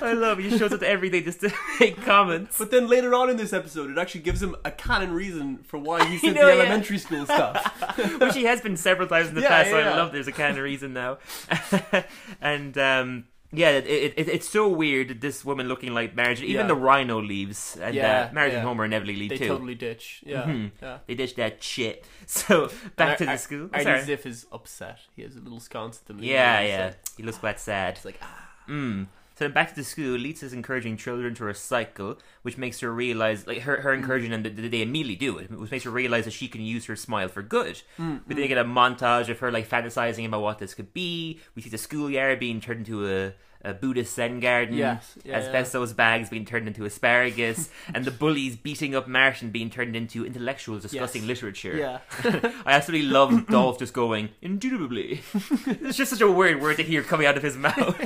[SPEAKER 1] I love it. He shows up every day just to make comments.
[SPEAKER 2] But then later on in this episode, it actually gives him a canon reason for why he's in
[SPEAKER 1] know,
[SPEAKER 2] the
[SPEAKER 1] yeah.
[SPEAKER 2] elementary school stuff.
[SPEAKER 1] Which he has been several times in the
[SPEAKER 2] Yeah,
[SPEAKER 1] past, so
[SPEAKER 2] yeah,
[SPEAKER 1] I
[SPEAKER 2] yeah.
[SPEAKER 1] love there's a kind of reason now. and um, yeah, it, it, it, it's so weird that this woman looking like Marge. Even
[SPEAKER 2] Yeah.
[SPEAKER 1] the rhino leaves, and
[SPEAKER 2] Yeah,
[SPEAKER 1] uh, Marge
[SPEAKER 2] yeah.
[SPEAKER 1] and Homer inevitably leave
[SPEAKER 2] they
[SPEAKER 1] too.
[SPEAKER 2] totally ditch. Yeah, yeah.
[SPEAKER 1] They ditch that shit. So back to the
[SPEAKER 2] Ar-
[SPEAKER 1] school.
[SPEAKER 2] Ar-
[SPEAKER 1] Sorry.
[SPEAKER 2] Artie Ziff is upset. He has a little sconce at the movie.
[SPEAKER 1] yeah,
[SPEAKER 2] He's
[SPEAKER 1] yeah.
[SPEAKER 2] upset.
[SPEAKER 1] He looks quite sad.
[SPEAKER 2] It's like, ah,
[SPEAKER 1] Mm. So So then back to the school, Lisa's encouraging children to recycle, which makes her realize, like her,
[SPEAKER 2] Mm.
[SPEAKER 1] her encouraging them that they immediately do it, which makes her realize that she can use her smile for good.
[SPEAKER 2] Mm,
[SPEAKER 1] But they get a montage of her like fantasizing about what this could be. We see the schoolyard being turned into a, a Buddhist Zen garden.
[SPEAKER 2] Yes. Yeah, yeah.
[SPEAKER 1] asbestos bags being turned into asparagus, and the bullies beating up Martian being turned into intellectuals discussing
[SPEAKER 2] Yes.
[SPEAKER 1] literature.
[SPEAKER 2] Yeah.
[SPEAKER 1] I absolutely love Dolph just going, indubitably. it's just such a weird word to hear coming out of his mouth.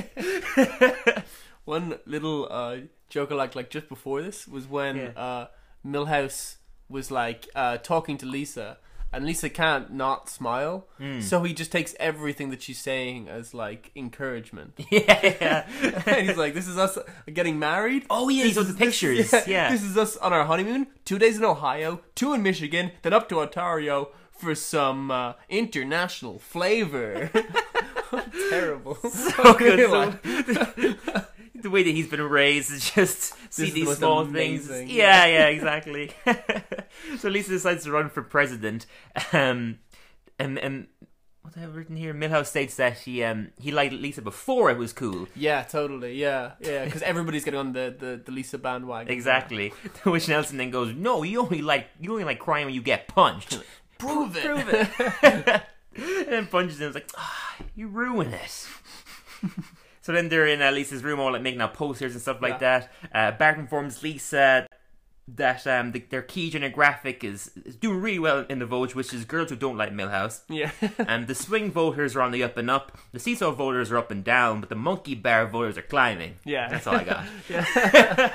[SPEAKER 2] One little uh, joke I liked, like just before this, was when
[SPEAKER 1] Yeah.
[SPEAKER 2] uh, Milhouse was like uh, talking to Lisa, and Lisa can't not smile,
[SPEAKER 1] Hmm.
[SPEAKER 2] so he just takes everything that she's saying as like encouragement.
[SPEAKER 1] yeah.
[SPEAKER 2] and he's like, "This is us getting married."
[SPEAKER 1] Oh, yeah,
[SPEAKER 2] This
[SPEAKER 1] he's on
[SPEAKER 2] is-
[SPEAKER 1] the
[SPEAKER 2] this-
[SPEAKER 1] pictures, yeah.
[SPEAKER 2] this is us on our honeymoon. Two days in Ohio, two in Michigan, then up to Ontario for some uh, international flavor. Terrible.
[SPEAKER 1] So Oh, good. So- the way that he's been raised is just see
[SPEAKER 2] is the
[SPEAKER 1] these
[SPEAKER 2] most
[SPEAKER 1] small
[SPEAKER 2] amazing-
[SPEAKER 1] things. Yeah, yeah, exactly. so Lisa decides to run for president. Um, and, and what I have written here, Milhouse states that he um he liked Lisa before it was cool.
[SPEAKER 2] Yeah, totally. Yeah, yeah, because everybody's getting on the, the, the Lisa bandwagon.
[SPEAKER 1] Exactly. To which Nelson then goes, "No, you only like you only like crying when you get punched."
[SPEAKER 2] Prove it.
[SPEAKER 1] and then punches him. It's like, ah, you ruin it. so then they're in uh, Lisa's room, all like making out posters and stuff like that. Uh, Bart informs Lisa that um, the, their key genographic is, is doing really well in the vote, which is girls who don't like Millhouse.
[SPEAKER 2] Yeah.
[SPEAKER 1] and the swing voters are on the up and up. The seesaw voters are up and down, but the monkey bar voters are climbing.
[SPEAKER 2] Yeah.
[SPEAKER 1] that's all I got. yeah,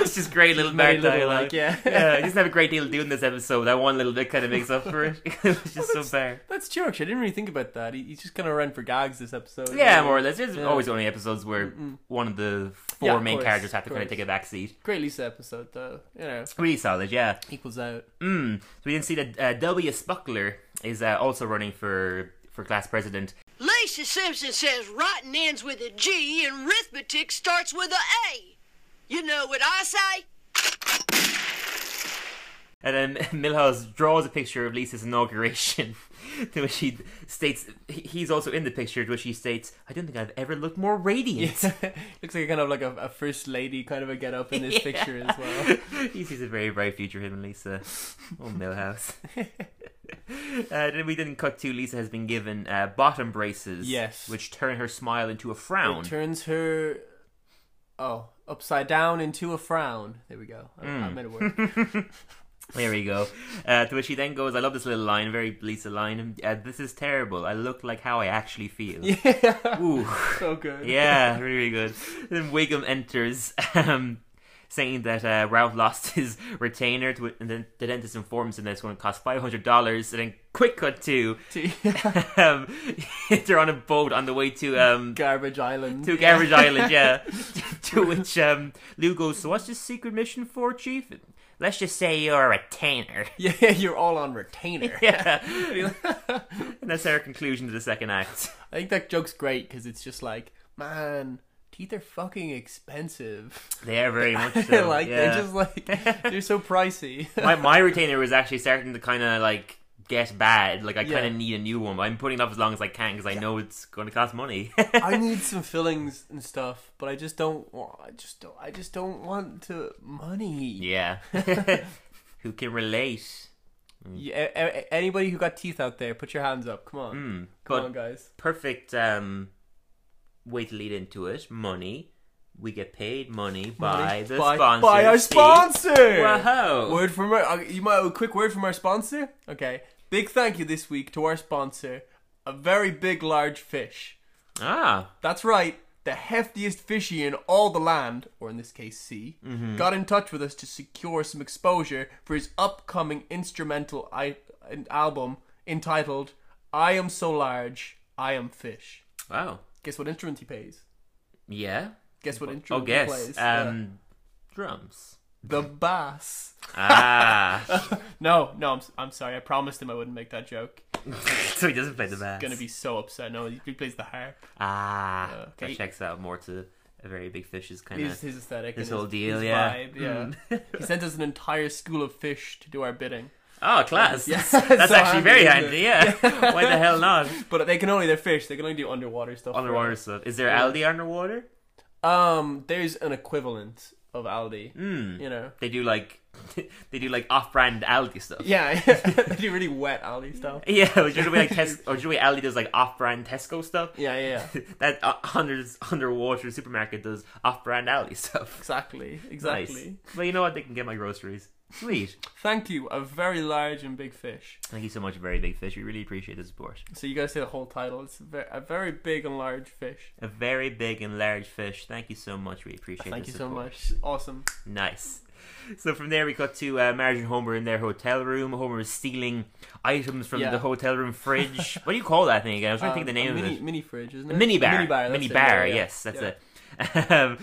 [SPEAKER 1] it's just great little Bart
[SPEAKER 2] Very little,
[SPEAKER 1] dialogue.
[SPEAKER 2] like, yeah.
[SPEAKER 1] yeah, he doesn't have a great deal to do in this episode. That one little bit kind of makes up for it. it was
[SPEAKER 2] Oh,
[SPEAKER 1] just so fair.
[SPEAKER 2] That's true. Actually, I didn't really think about that. He, he's just kind of ran for gags this episode.
[SPEAKER 1] Yeah, more or less. There's
[SPEAKER 2] Yeah.
[SPEAKER 1] always only episodes where one of the four
[SPEAKER 2] Yeah, of
[SPEAKER 1] main
[SPEAKER 2] course,
[SPEAKER 1] characters have to
[SPEAKER 2] of
[SPEAKER 1] kind of
[SPEAKER 2] course.
[SPEAKER 1] take a back seat.
[SPEAKER 2] Great Lisa episode though. You know,
[SPEAKER 1] Really solid, yeah.
[SPEAKER 2] equals out.
[SPEAKER 1] Mm. So we didn't see that uh, W. Spuckler is uh, also running for for class president.
[SPEAKER 5] Lacey Simpson says rotten ends with a G and arithmetic starts with a A. You know what I say?
[SPEAKER 1] And then Milhouse draws a picture of Lisa's inauguration, to which he states he- he's also in the picture, to which he states, "I don't think I've ever looked more radiant."
[SPEAKER 2] Looks like a kind of like a, a first lady kind of a get up in this picture as well.
[SPEAKER 1] he sees a very bright future him and Lisa. Oh, Millhouse. uh, then we didn't cut to Lisa has been given uh, bottom braces,
[SPEAKER 2] Yes.
[SPEAKER 1] which turn her smile into a frown.
[SPEAKER 2] Turns her, oh, upside down into a frown. There we go. I,
[SPEAKER 1] Hmm.
[SPEAKER 2] I made it work.
[SPEAKER 1] there we go. Uh, to which he then goes, "I love this little line, very Lisa line. Uh, this is terrible. I look like how I actually feel." Ooh.
[SPEAKER 2] so good.
[SPEAKER 1] Yeah, really, really good. Then Wiggum enters, um, saying that uh, Ralph lost his retainer, to, and then the dentist informs him that it's going to cost five hundred dollars. And then quick cut to, um, they're on a boat on the way to um,
[SPEAKER 2] Garbage Island.
[SPEAKER 1] to Garbage Island, yeah. to which um, Lou goes, "So what's this secret mission for, Chief? Let's just say you're a retainer."
[SPEAKER 2] Yeah, you're all on retainer.
[SPEAKER 1] Yeah, and that's our conclusion to the second act.
[SPEAKER 2] I think that joke's great because it's just like, man, teeth are fucking expensive.
[SPEAKER 1] They are very much so.
[SPEAKER 2] like
[SPEAKER 1] yeah.
[SPEAKER 2] they're just like they're so pricey.
[SPEAKER 1] my my retainer was actually starting to kind of like get bad. Like I
[SPEAKER 2] Yeah.
[SPEAKER 1] kind of need a new one. But I'm putting it off as long as I can because I know it's going to cost money.
[SPEAKER 2] I need some fillings and stuff, but I just don't. Want, I just don't. I just don't want to money.
[SPEAKER 1] yeah. Who can relate?
[SPEAKER 2] Yeah, a- a- anybody who got teeth out there, put your hands up. Come on, come
[SPEAKER 1] Hmm, but-
[SPEAKER 2] on, guys.
[SPEAKER 1] Perfect um way to lead into it. Money. We get paid money by the
[SPEAKER 2] by,
[SPEAKER 1] sponsor.
[SPEAKER 2] by our
[SPEAKER 1] Steve.
[SPEAKER 2] sponsor.
[SPEAKER 1] Wow.
[SPEAKER 2] Word from our. uh, You might a quick word from our sponsor. Okay, big thank you this week to our sponsor, a very big, large fish.
[SPEAKER 1] Ah.
[SPEAKER 2] That's right. The heftiest fishy in all the land, or in this case sea,
[SPEAKER 1] Mm-hmm.
[SPEAKER 2] got in touch with us to secure some exposure for his upcoming instrumental I- an album entitled "I Am So Large, I Am Fish."
[SPEAKER 1] Wow.
[SPEAKER 2] Guess what instrument he plays?
[SPEAKER 1] Yeah.
[SPEAKER 2] Guess what
[SPEAKER 1] Oh,
[SPEAKER 2] instrument he
[SPEAKER 1] guess. Um,
[SPEAKER 2] plays? Yeah.
[SPEAKER 1] Drums.
[SPEAKER 2] The bass.
[SPEAKER 1] Ah.
[SPEAKER 2] No, no, I'm, s- I'm sorry. I promised him I wouldn't make that joke.
[SPEAKER 1] so he doesn't play the bass.
[SPEAKER 2] Gonna be so upset. No, he he plays the harp.
[SPEAKER 1] Ah.
[SPEAKER 2] okay.
[SPEAKER 1] That checks out more to a very big fish's kind
[SPEAKER 2] His,
[SPEAKER 1] of.
[SPEAKER 2] his aesthetic.
[SPEAKER 1] His
[SPEAKER 2] and
[SPEAKER 1] whole deal,
[SPEAKER 2] his
[SPEAKER 1] yeah. Hmm.
[SPEAKER 2] Vibe, yeah. he sent us an entire school of fish to do our bidding.
[SPEAKER 1] Oh, class. That's,
[SPEAKER 2] so
[SPEAKER 1] that's actually very handy,
[SPEAKER 2] handy,
[SPEAKER 1] yeah. Why the hell not?
[SPEAKER 2] But they can only they're fish. They can only do underwater stuff.
[SPEAKER 1] Underwater
[SPEAKER 2] right?
[SPEAKER 1] stuff. Is there algae underwater?
[SPEAKER 2] Um, there's an equivalent of Aldi.
[SPEAKER 1] Hmm.
[SPEAKER 2] You know.
[SPEAKER 1] They do like they do like off-brand Aldi stuff.
[SPEAKER 2] Yeah, they do really wet Aldi stuff.
[SPEAKER 1] Yeah, or the way like Tes- or the way Aldi does like off-brand Tesco stuff.
[SPEAKER 2] Yeah, yeah, yeah.
[SPEAKER 1] that uh, under underwater supermarket does off-brand Aldi stuff.
[SPEAKER 2] exactly,
[SPEAKER 1] Nice.
[SPEAKER 2] exactly.
[SPEAKER 1] But you know what? They can get my groceries. Sweet.
[SPEAKER 2] Thank you, a very large and big fish.
[SPEAKER 1] Thank you so much, Very Big Fish. We really appreciate the support.
[SPEAKER 2] So you gotta say the whole title. It's a ve- a very big and large fish.
[SPEAKER 1] A very big and large fish. Thank you so much. We appreciate
[SPEAKER 2] Thank
[SPEAKER 1] the
[SPEAKER 2] you so
[SPEAKER 1] support.
[SPEAKER 2] much. Awesome.
[SPEAKER 1] Nice. So from there, we cut to uh, Marge and Homer in their hotel room. Homer is stealing items from
[SPEAKER 2] Yeah.
[SPEAKER 1] the hotel room fridge. what do you call that thing again? I was trying to think of the
[SPEAKER 2] Um,
[SPEAKER 1] name
[SPEAKER 2] a mini,
[SPEAKER 1] of it.
[SPEAKER 2] Mini fridge, isn't it?
[SPEAKER 1] A mini bar.
[SPEAKER 2] Mini bar.
[SPEAKER 1] Mini
[SPEAKER 2] that's it,
[SPEAKER 1] bar,
[SPEAKER 2] yeah, yeah.
[SPEAKER 1] Yes, that's
[SPEAKER 2] Yeah.
[SPEAKER 1] it. Um,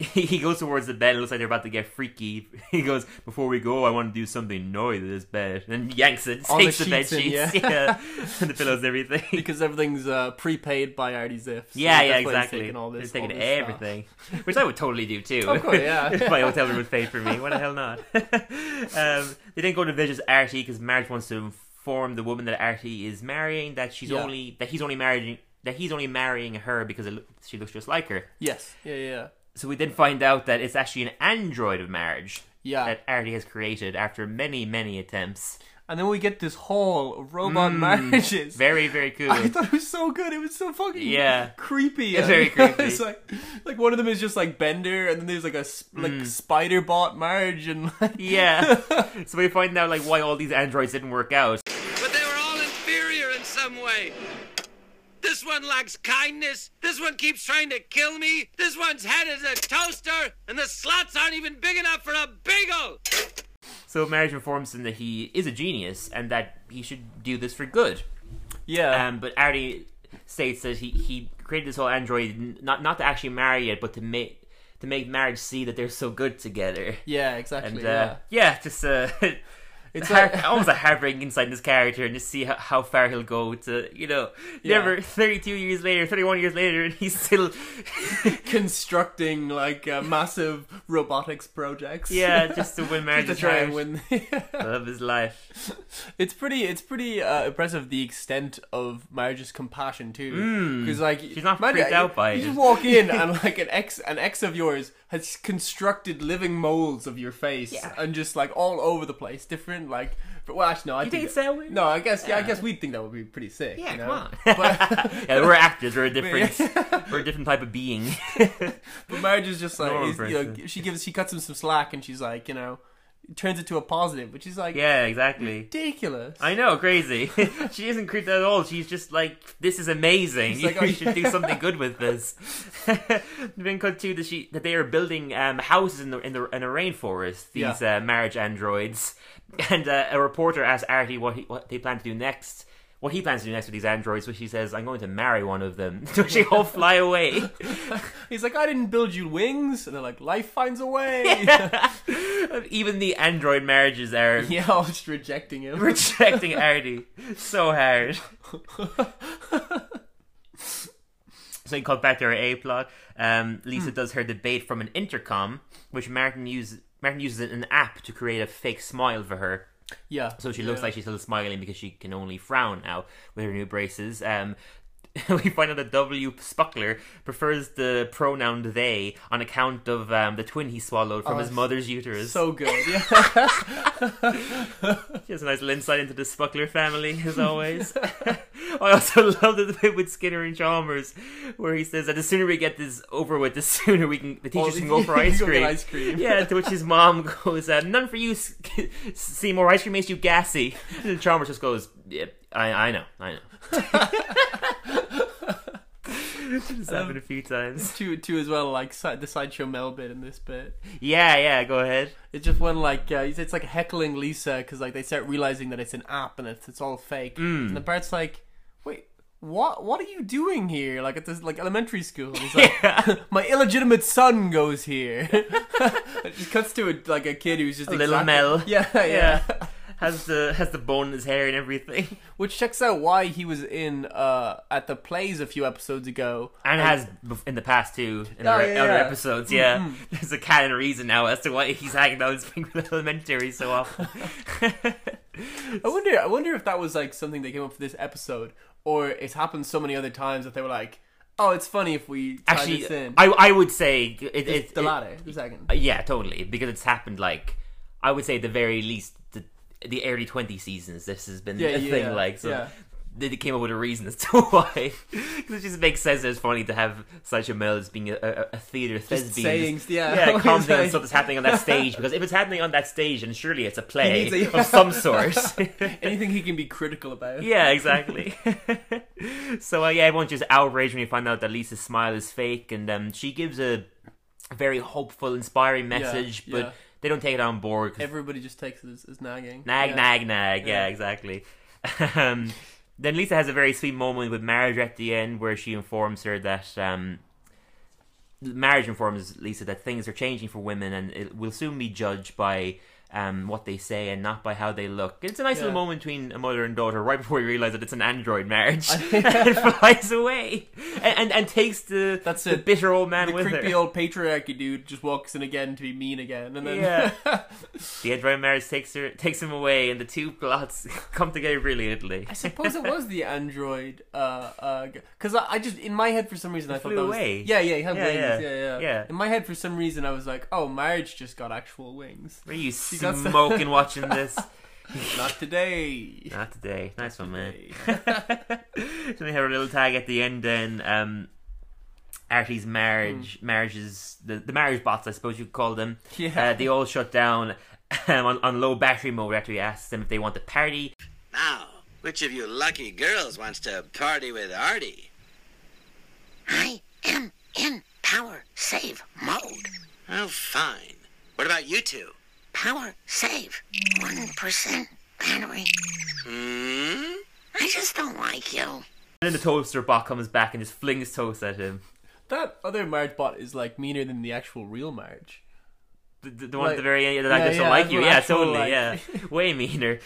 [SPEAKER 1] he goes towards the bed. It looks like they're about to get freaky. He goes, "Before we go, I want to do something naughty to this bed." And yanks it,
[SPEAKER 2] All the
[SPEAKER 1] takes the, bed
[SPEAKER 2] sheets in,
[SPEAKER 1] sheets,
[SPEAKER 2] yeah.
[SPEAKER 1] yeah, and the pillows, and everything.
[SPEAKER 2] Because everything's uh, prepaid by Artie Ziff. so
[SPEAKER 1] Yeah,
[SPEAKER 2] that's
[SPEAKER 1] yeah,
[SPEAKER 2] why he's
[SPEAKER 1] exactly.
[SPEAKER 2] Taking all this,
[SPEAKER 1] They're taking
[SPEAKER 2] all this stuff.
[SPEAKER 1] everything, which I would totally do too.
[SPEAKER 2] Of course, yeah.
[SPEAKER 1] if my hotel room was paid for me, why the hell not? um, they then go to visit Artie because Marge wants to inform the woman that Artie is marrying that she's
[SPEAKER 2] Yeah.
[SPEAKER 1] only that he's only marrying that he's only marrying her because it, lo- she looks just like her.
[SPEAKER 2] Yes. Yeah, yeah, yeah.
[SPEAKER 1] So we then find out that it's actually an android of marriage
[SPEAKER 2] Yeah.
[SPEAKER 1] that Artie has created after many, many attempts.
[SPEAKER 2] And then we get this haul of robot
[SPEAKER 1] Mm.
[SPEAKER 2] marriages.
[SPEAKER 1] Very, very cool.
[SPEAKER 2] I thought it was so good. It was so fucking
[SPEAKER 1] Yeah.
[SPEAKER 2] creepy.
[SPEAKER 1] It's very creepy.
[SPEAKER 2] it's like, like one of them is just like Bender, and then there's like a s- like spider bot Marge, and like
[SPEAKER 1] Hmm. yeah. so we find out like why all these androids didn't work out.
[SPEAKER 3] But they were all inferior in some way. This one lacks kindness. This one keeps trying to kill me. This one's head is a toaster, and the slots aren't even big enough for a bagel.
[SPEAKER 1] So marriage informs him that he is a genius and that he should do this for good.
[SPEAKER 2] yeah,
[SPEAKER 1] Um, but Artie states that he, he created this whole android n- not not to actually marry it, but to make to make marriage see that they're so good together.
[SPEAKER 2] yeah, exactly.
[SPEAKER 1] And uh,
[SPEAKER 2] yeah.
[SPEAKER 1] yeah. just uh, it's
[SPEAKER 2] like-
[SPEAKER 1] almost a heartbreaking insight in this character, and just see how, how far he'll go to you know never thirty two years later, thirty one years later, and he's still
[SPEAKER 2] Constructing like uh, massive robotics projects.
[SPEAKER 1] yeah just to win marriage
[SPEAKER 2] to try and
[SPEAKER 1] win
[SPEAKER 2] win.
[SPEAKER 1] love his life.
[SPEAKER 2] it's pretty. It's pretty uh, impressive the extent of Marge's compassion too. Because like she's
[SPEAKER 1] Hmm. not freaked out by
[SPEAKER 2] You
[SPEAKER 1] it.
[SPEAKER 2] just walk in and like an ex, an ex of yours has constructed living molds of your face and just like all over the place, different like. But well, actually, no. I
[SPEAKER 1] think it's that way?
[SPEAKER 2] No, I guess yeah. I guess we'd think that would be pretty sick.
[SPEAKER 1] Yeah,
[SPEAKER 2] you know?
[SPEAKER 1] come on.
[SPEAKER 2] But,
[SPEAKER 1] Yeah, we're actors. We're a different. we're a different type of being.
[SPEAKER 2] but Marge is just like
[SPEAKER 1] Normal
[SPEAKER 2] is, you know,
[SPEAKER 1] person.
[SPEAKER 2] she gives she cuts him some slack and she's like you know turns it to a positive, which is like
[SPEAKER 1] yeah, exactly.
[SPEAKER 2] ridiculous.
[SPEAKER 1] I know, crazy. she isn't creeped out at all. She's just like, this is amazing.
[SPEAKER 2] She's like,
[SPEAKER 1] you
[SPEAKER 2] "Oh,
[SPEAKER 1] should do something good with this. then cut to that she that they are building um, houses in the in the in a rainforest. These uh, marriage androids, and uh, a reporter asks Artie what he, what they plan to do next. What he plans to do next with these androids, which he says, "I'm going to marry one of them." so she all fly away.
[SPEAKER 2] He's like, I didn't build you wings, and they're like, life finds a way.
[SPEAKER 1] Even the android marriages are
[SPEAKER 2] Yeah, I was just rejecting him.
[SPEAKER 1] rejecting Artie so hard. So you cut back to our A plot. Um, Lisa does her debate from an intercom, which Martin uses. Martin uses an app to create a fake smile for her,
[SPEAKER 2] yeah.
[SPEAKER 1] so she looks like she's still smiling because she can only frown now with her new braces. Um, we find out that W. Spuckler prefers the pronoun they on account of um, the twin he swallowed from his mother's uterus.
[SPEAKER 2] so good. Yeah.
[SPEAKER 1] She has a nice little insight into the Spuckler family, as always. I also love the bit with Skinner and Chalmers, where he says that the sooner we get this over with, the sooner we can the teachers can go for
[SPEAKER 2] Oh, you
[SPEAKER 1] ice
[SPEAKER 2] can go get
[SPEAKER 1] cream.
[SPEAKER 2] ice cream.
[SPEAKER 1] Yeah, to which his mom goes, uh, "None for you, S- Seymour. Ice cream makes you gassy." And then Chalmers just goes, yeah, "I, I know, I know." It's happened a few times.
[SPEAKER 2] Two, two as well. Like si- the sideshow Mel bit in this bit.
[SPEAKER 1] Yeah, yeah. Go ahead.
[SPEAKER 2] It's just when like uh, it's like heckling Lisa because like they start realizing that it's an app and it's it's all fake.
[SPEAKER 1] Mm.
[SPEAKER 2] And the parents like, wait. What what are you doing here? Like at this like elementary school. He's like, My illegitimate son goes here. it just cuts to a, like a kid who's just a
[SPEAKER 1] Little Mel.
[SPEAKER 2] Yeah, yeah.
[SPEAKER 1] Yeah. Has the has the bone in his hair and everything,
[SPEAKER 2] Which checks out why he was in uh at the plays a few episodes ago.
[SPEAKER 1] and has bef- in the past too in
[SPEAKER 2] Oh,
[SPEAKER 1] the
[SPEAKER 2] yeah, Mm-hmm.
[SPEAKER 1] other
[SPEAKER 2] yeah.
[SPEAKER 1] episodes. Yeah, there's a canon reason now as to why he's hanging out in Springfield Elementary so often.
[SPEAKER 2] I wonder. I wonder if that was like something that came up for this episode, or it's happened so many other times that they were like, Oh, it's funny if we tie
[SPEAKER 1] Actually,
[SPEAKER 2] this in.
[SPEAKER 1] I I would say it, it,
[SPEAKER 2] it's the
[SPEAKER 1] it-
[SPEAKER 2] latter. The second.
[SPEAKER 1] Uh, Yeah, totally. Because it's happened like I would say at the very least the the early twenty seasons. This has been
[SPEAKER 2] Yeah,
[SPEAKER 1] a
[SPEAKER 2] yeah,
[SPEAKER 1] thing. Like so.
[SPEAKER 2] yeah.
[SPEAKER 1] They they came up with a reason as to why. 'Cause it just makes sense. that It's funny to have Sasha Miles being a, a, a theater thespian,
[SPEAKER 2] saying-
[SPEAKER 1] just-
[SPEAKER 2] yeah,
[SPEAKER 1] yeah,
[SPEAKER 2] always
[SPEAKER 1] commenting on
[SPEAKER 2] like-
[SPEAKER 1] stuff that's happening on that stage. Because if it's happening on that stage, then surely it's a play
[SPEAKER 2] needs a-
[SPEAKER 1] of some sort.
[SPEAKER 2] Anything he can be critical about.
[SPEAKER 1] Yeah, exactly. so uh, yeah, everyone's just outraged when you find out that Lisa's smile is fake, and um, she gives a very hopeful, inspiring message, but
[SPEAKER 2] yeah.
[SPEAKER 1] they don't take it on board. 'cause
[SPEAKER 2] Everybody just takes it as, as nagging.
[SPEAKER 1] nag,
[SPEAKER 2] Yeah.
[SPEAKER 1] nag, nag. Yeah,
[SPEAKER 2] Yeah.
[SPEAKER 1] exactly. um, then Lisa has a very sweet moment with marriage at the end, where she informs her that. Um, Marriage informs Lisa that things are changing for women and it will soon be judged by um, what they say and not by how they look. It's a nice
[SPEAKER 2] Yeah.
[SPEAKER 1] little moment between a mother and daughter right before you realize that it's an android marriage and flies away and, and, and takes the,
[SPEAKER 2] That's
[SPEAKER 1] the
[SPEAKER 2] it.
[SPEAKER 1] bitter old man
[SPEAKER 2] The
[SPEAKER 1] with
[SPEAKER 2] creepy
[SPEAKER 1] her.
[SPEAKER 2] old patriarchy dude just walks in again to be mean again, and then
[SPEAKER 1] Yeah. the android marriage takes her takes him away and the two plots come together brilliantly.
[SPEAKER 2] I suppose it was the android. Uh, because I, I just in my head for some reason I thought
[SPEAKER 1] flew
[SPEAKER 2] that was
[SPEAKER 1] away.
[SPEAKER 2] yeah, yeah, he had
[SPEAKER 1] Yeah,
[SPEAKER 2] wings,
[SPEAKER 1] yeah.
[SPEAKER 2] yeah. Yeah,
[SPEAKER 1] Yeah.
[SPEAKER 2] In my head for some reason I was like, oh, marriage just got actual wings.
[SPEAKER 1] What are you
[SPEAKER 2] got some-
[SPEAKER 1] smoking watching this?
[SPEAKER 2] Not today.
[SPEAKER 1] Not today. Nice one, man.
[SPEAKER 2] today.
[SPEAKER 1] so we have a little tag at the end then. Um, Artie's marriage,
[SPEAKER 2] Hmm.
[SPEAKER 1] marriages, the, the marriage bots, I suppose you could call them.
[SPEAKER 2] Yeah.
[SPEAKER 1] Uh, they all shut down um, on, on low battery mode after we asked them if they want to party.
[SPEAKER 6] Now, which of you lucky girls wants to party with Artie?
[SPEAKER 4] I am in power save mode.
[SPEAKER 6] Oh, fine. What about you two?
[SPEAKER 4] Power save. 1% battery.
[SPEAKER 6] Hmm?
[SPEAKER 4] I just don't like you.
[SPEAKER 1] And then the toaster bot comes back and just flings toast at him.
[SPEAKER 2] That other marriage bot is like meaner than the actual real marriage.
[SPEAKER 1] The, the, the one at the
[SPEAKER 2] Like-
[SPEAKER 1] very end that I
[SPEAKER 2] yeah,
[SPEAKER 1] just don't
[SPEAKER 2] yeah,
[SPEAKER 1] like
[SPEAKER 2] that's
[SPEAKER 1] you.
[SPEAKER 2] what
[SPEAKER 1] Yeah,
[SPEAKER 2] actual,
[SPEAKER 1] totally.
[SPEAKER 2] like-
[SPEAKER 1] Yeah, way meaner.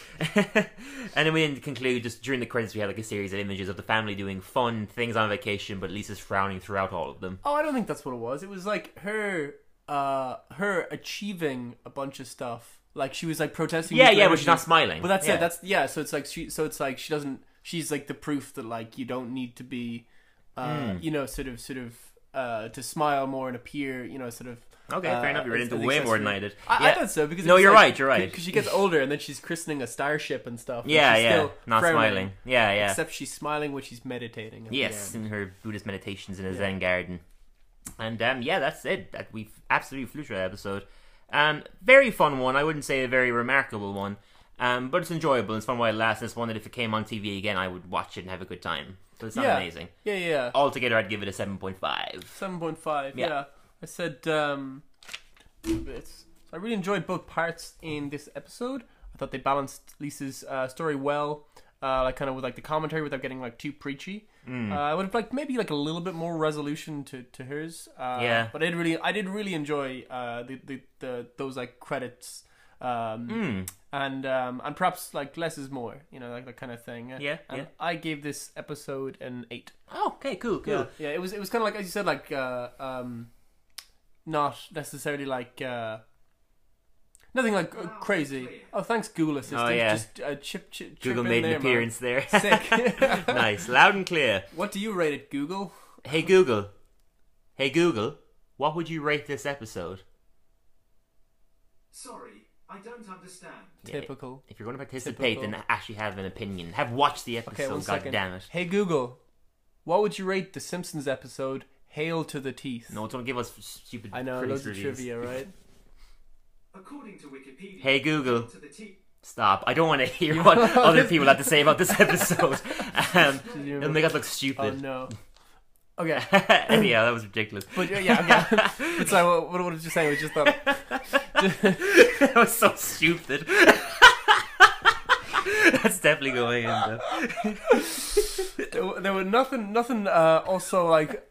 [SPEAKER 1] and then we didn't conclude. Just during the credits, we had like a series of images of the family doing fun things on vacation, but Lisa's frowning throughout all of them.
[SPEAKER 2] Oh, I don't think that's what it was. It was like her, uh, her achieving a bunch of stuff. Like she was like protesting.
[SPEAKER 1] Yeah,
[SPEAKER 2] nuclear
[SPEAKER 1] yeah, but she's
[SPEAKER 2] energy.
[SPEAKER 1] not smiling.
[SPEAKER 2] But that's
[SPEAKER 1] yeah.
[SPEAKER 2] it. That's yeah. So it's like she. So it's like she doesn't. She's like the proof that like you don't need to be, uh,
[SPEAKER 1] Hmm.
[SPEAKER 2] you know, sort of, sort of, uh, to smile more and appear, you know, sort of.
[SPEAKER 1] Okay,
[SPEAKER 2] uh,
[SPEAKER 1] fair enough. You read
[SPEAKER 2] as-
[SPEAKER 1] into
[SPEAKER 2] as
[SPEAKER 1] way more than I
[SPEAKER 2] accessory.
[SPEAKER 1] did.
[SPEAKER 2] I,
[SPEAKER 1] yeah.
[SPEAKER 2] I thought so because
[SPEAKER 1] No,
[SPEAKER 2] it's
[SPEAKER 1] you're
[SPEAKER 2] like-
[SPEAKER 1] right, you're right.
[SPEAKER 2] Because she gets older and then she's christening a starship and stuff. and
[SPEAKER 1] yeah,
[SPEAKER 2] she's
[SPEAKER 1] yeah,
[SPEAKER 2] still
[SPEAKER 1] not
[SPEAKER 2] frowning,
[SPEAKER 1] smiling. Yeah, yeah.
[SPEAKER 2] Except she's smiling when she's meditating. at the
[SPEAKER 1] yes,
[SPEAKER 2] end.
[SPEAKER 1] in her Buddhist meditations in a Zen garden. And um, yeah, that's it. That we absolutely flew through that episode. Um, very fun one. I wouldn't say a very remarkable one, um, but it's enjoyable. It's fun while it lasts. It's one that if it came on TV again, I would watch it and have a good time. But it's not
[SPEAKER 2] yeah.
[SPEAKER 1] amazing.
[SPEAKER 2] Yeah, yeah. yeah.
[SPEAKER 1] Altogether, I'd give it a seven point five.
[SPEAKER 2] Seven point five.
[SPEAKER 1] Yeah.
[SPEAKER 2] Yeah. I said. um it's, I really enjoyed both parts in this episode. I thought they balanced Lisa's uh, story well, uh, like kind of with like the commentary without getting like too preachy.
[SPEAKER 1] Mm.
[SPEAKER 2] Uh, I would have liked maybe like a little bit more resolution to to hers. Uh,
[SPEAKER 1] Yeah.
[SPEAKER 2] But I did really, I did really enjoy uh, the, the the those like credits. Um,
[SPEAKER 1] Mm.
[SPEAKER 2] And um, and perhaps like less is more, you know, like that kind of thing.
[SPEAKER 1] Yeah,
[SPEAKER 2] And
[SPEAKER 1] yeah.
[SPEAKER 2] I gave this episode an eight.
[SPEAKER 1] Oh, okay, cool, cool.
[SPEAKER 2] Yeah, yeah. It was it was kind of like as you said, like uh, um, not necessarily like uh, nothing like uh, crazy. Oh, thanks, Google Assistant.
[SPEAKER 1] Oh, yeah.
[SPEAKER 2] Just uh, chip, chip,
[SPEAKER 1] Google
[SPEAKER 2] chip in
[SPEAKER 1] made an
[SPEAKER 2] there, man.
[SPEAKER 1] appearance there.
[SPEAKER 2] Sick.
[SPEAKER 1] nice, loud and clear.
[SPEAKER 2] what do you rate it, Google?
[SPEAKER 1] Hey Google. Hey Google. What would you rate this episode?
[SPEAKER 7] Sorry, I don't understand.
[SPEAKER 2] Typical.
[SPEAKER 1] If you're going to participate,
[SPEAKER 2] Typical.
[SPEAKER 1] then actually have an opinion. Have watched the
[SPEAKER 2] Okay,
[SPEAKER 1] episode.
[SPEAKER 2] one
[SPEAKER 1] God
[SPEAKER 2] second.
[SPEAKER 1] damn it!
[SPEAKER 2] Hey Google, what would you rate the Simpsons episode "Hail to the Teeth"?
[SPEAKER 1] No, don't give us stupid.
[SPEAKER 2] I know
[SPEAKER 1] critics
[SPEAKER 2] loads of
[SPEAKER 1] reviews.
[SPEAKER 2] trivia, right?
[SPEAKER 7] According to Wikipedia,
[SPEAKER 1] Hey Google,
[SPEAKER 7] to the T.
[SPEAKER 1] stop! I don't want to hear what other people have to say about this episode. Um, it'll make us look
[SPEAKER 2] oh
[SPEAKER 1] stupid.
[SPEAKER 2] no. Okay,
[SPEAKER 1] Anyhow, that was ridiculous.
[SPEAKER 2] but uh, yeah, okay. But sorry, what, what was you saying? It was just that.
[SPEAKER 1] that was so stupid. That's definitely going in. Though.
[SPEAKER 2] there were- there were nothing nothing uh, also like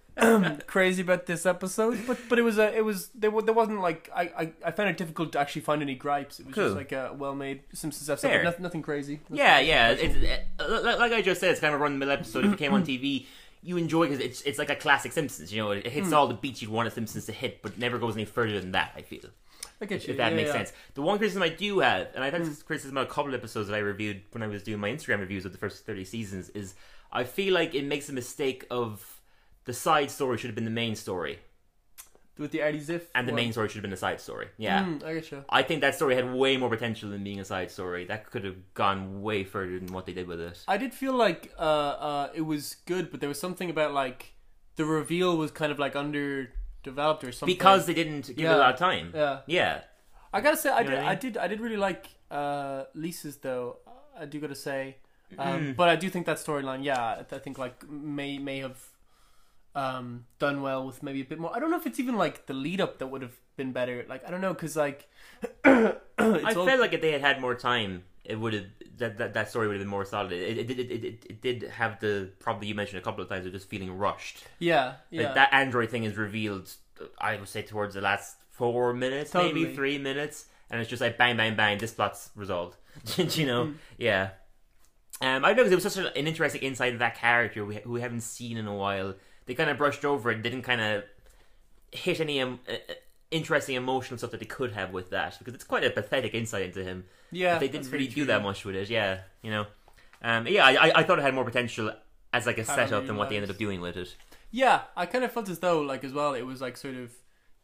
[SPEAKER 2] crazy about this episode but but it was a it was there, wa- there wasn't like I, I I found it difficult to actually find any gripes it was
[SPEAKER 1] Cool.
[SPEAKER 2] just like a well-made Simpsons episode
[SPEAKER 1] Fair.
[SPEAKER 2] but nothing, nothing crazy
[SPEAKER 1] Yeah, yeah. It's, it, like like I just said, it's kind of a run of the mill episode. If it came
[SPEAKER 2] Mm-hmm.
[SPEAKER 1] on TV, you enjoy because it's it's like a classic Simpsons. You know, it hits
[SPEAKER 2] Mm.
[SPEAKER 1] all the beats you'd want a Simpsons to hit, but never goes any further than that. I feel
[SPEAKER 2] I get you.
[SPEAKER 1] if that
[SPEAKER 2] Yeah,
[SPEAKER 1] makes
[SPEAKER 2] yeah. Mm.
[SPEAKER 1] sense. The one criticism I do have, and I've had this criticism on a couple episodes that I reviewed when I was doing my Instagram reviews of the first thirty seasons, is I feel like it makes a mistake of the side story should have been the main story,
[SPEAKER 2] With the Artie Ziff.
[SPEAKER 1] and the
[SPEAKER 2] one.
[SPEAKER 1] main story should have been the side story. Yeah.
[SPEAKER 2] Mm, I getcha.
[SPEAKER 1] I think that story had way more potential than being a side story. That could have gone way further than what they did with it.
[SPEAKER 2] I did feel like uh, uh, it was good, but there was something about like the reveal was kind of like underdeveloped or something.
[SPEAKER 1] Because they didn't give it
[SPEAKER 2] Yeah.
[SPEAKER 1] a lot of time.
[SPEAKER 2] Yeah.
[SPEAKER 1] Yeah.
[SPEAKER 2] I gotta say, I did,
[SPEAKER 1] know what I
[SPEAKER 2] I did, I did really like uh, Lisa's though. I do gotta say,
[SPEAKER 1] Mm-hmm.
[SPEAKER 2] um, but I do think that storyline, yeah, I think like may may have um, done well with maybe a bit more. I don't know if it's even like the lead up that would have been better. Like I don't know, because like it's
[SPEAKER 1] I
[SPEAKER 2] all-
[SPEAKER 1] felt like if they had had more time, it would have that, that that story would have been more solid. It it, did- it, it, it, it did have the probably you mentioned a couple of times of just feeling rushed.
[SPEAKER 2] yeah, yeah.
[SPEAKER 1] Like that android thing is revealed. I would say towards the last four minutes, maybe
[SPEAKER 2] Totally.
[SPEAKER 1] three minutes, and it's just like bang, bang, bang. This plot's resolved. Do
[SPEAKER 2] Mm-hmm.
[SPEAKER 1] you know? Yeah. Um, I don't know because it was such an an interesting insight of that character we, who we haven't seen in a while. They kind of brushed over it, didn't kind of hit any um, uh, uh, interesting emotional stuff that they could have with that because it's quite a pathetic insight into him.
[SPEAKER 2] Yeah,
[SPEAKER 1] But they didn't
[SPEAKER 2] that's really
[SPEAKER 1] really do
[SPEAKER 2] true.
[SPEAKER 1] that much with it. Yeah, you know. Um, yeah, I, I- I thought it had more potential as like a setup than what they ended up doing with it.
[SPEAKER 2] Yeah, I kind of felt as though, like, as well, it was like sort of,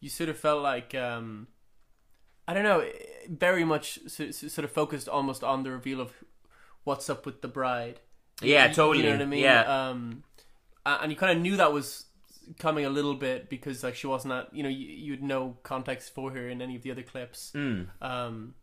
[SPEAKER 2] you sort of felt like, um, I don't know, eh, very much so- so- sort of focused almost on the reveal of what's up with the bride.
[SPEAKER 1] Yeah,
[SPEAKER 2] You-
[SPEAKER 1] totally.
[SPEAKER 2] You know what I mean?
[SPEAKER 1] Yeah.
[SPEAKER 2] Um, a- and you kind of knew that was coming a little bit because, like, she wasn't at, you know, you, you had no context for her in any of the other clips.
[SPEAKER 1] Mm.
[SPEAKER 2] Um,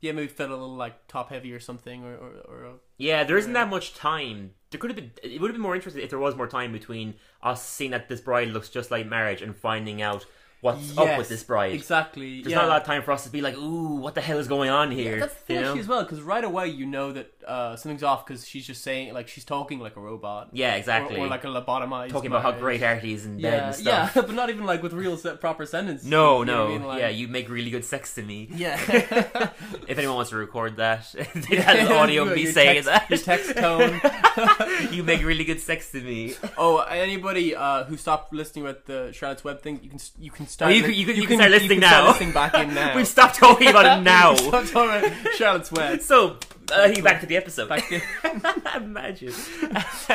[SPEAKER 2] yeah, maybe felt a little like top heavy or something, or, or, or
[SPEAKER 1] Yeah, there isn't that much time. There could have been. It would have been more interesting if there was more time between us seeing that this bride looks just like marriage and finding out what's up with
[SPEAKER 2] Yes,
[SPEAKER 1] this bride.
[SPEAKER 2] Exactly.
[SPEAKER 1] There's
[SPEAKER 2] yeah.
[SPEAKER 1] not a lot of time for us to be like, "Ooh, what the hell is going on here?"
[SPEAKER 2] That's the thing
[SPEAKER 1] you know?
[SPEAKER 2] actually as well, because right away you know that uh, something's off because she's just saying like she's talking like a robot.
[SPEAKER 1] Yeah, exactly.
[SPEAKER 2] Or, or like a lobotomized.
[SPEAKER 1] Talking about how
[SPEAKER 2] marriage.
[SPEAKER 1] great Artie is in bed
[SPEAKER 2] Yeah,
[SPEAKER 1] and stuff.
[SPEAKER 2] yeah, but not even like with real se- proper sentences.
[SPEAKER 1] No,
[SPEAKER 2] you know
[SPEAKER 1] no.
[SPEAKER 2] what I mean? Like-
[SPEAKER 1] yeah, you make really good sex to me.
[SPEAKER 2] Yeah.
[SPEAKER 1] If anyone wants to record that, that's audio of me
[SPEAKER 2] Your
[SPEAKER 1] saying
[SPEAKER 2] text,
[SPEAKER 1] that.
[SPEAKER 2] Your text tone.
[SPEAKER 1] you make really good sex to me.
[SPEAKER 2] oh, anybody uh, who stopped listening with the Charlotte's Web thing, you can s- you can start.
[SPEAKER 1] Oh, you
[SPEAKER 2] li-
[SPEAKER 1] can- you can- you can start listening
[SPEAKER 2] you can start
[SPEAKER 1] now.
[SPEAKER 2] listening back in now.
[SPEAKER 1] We've stopped talking about it now.
[SPEAKER 2] Stop talking about Charlotte's Web.
[SPEAKER 1] So, I think back to the episode.
[SPEAKER 2] Back in-
[SPEAKER 1] Imagine.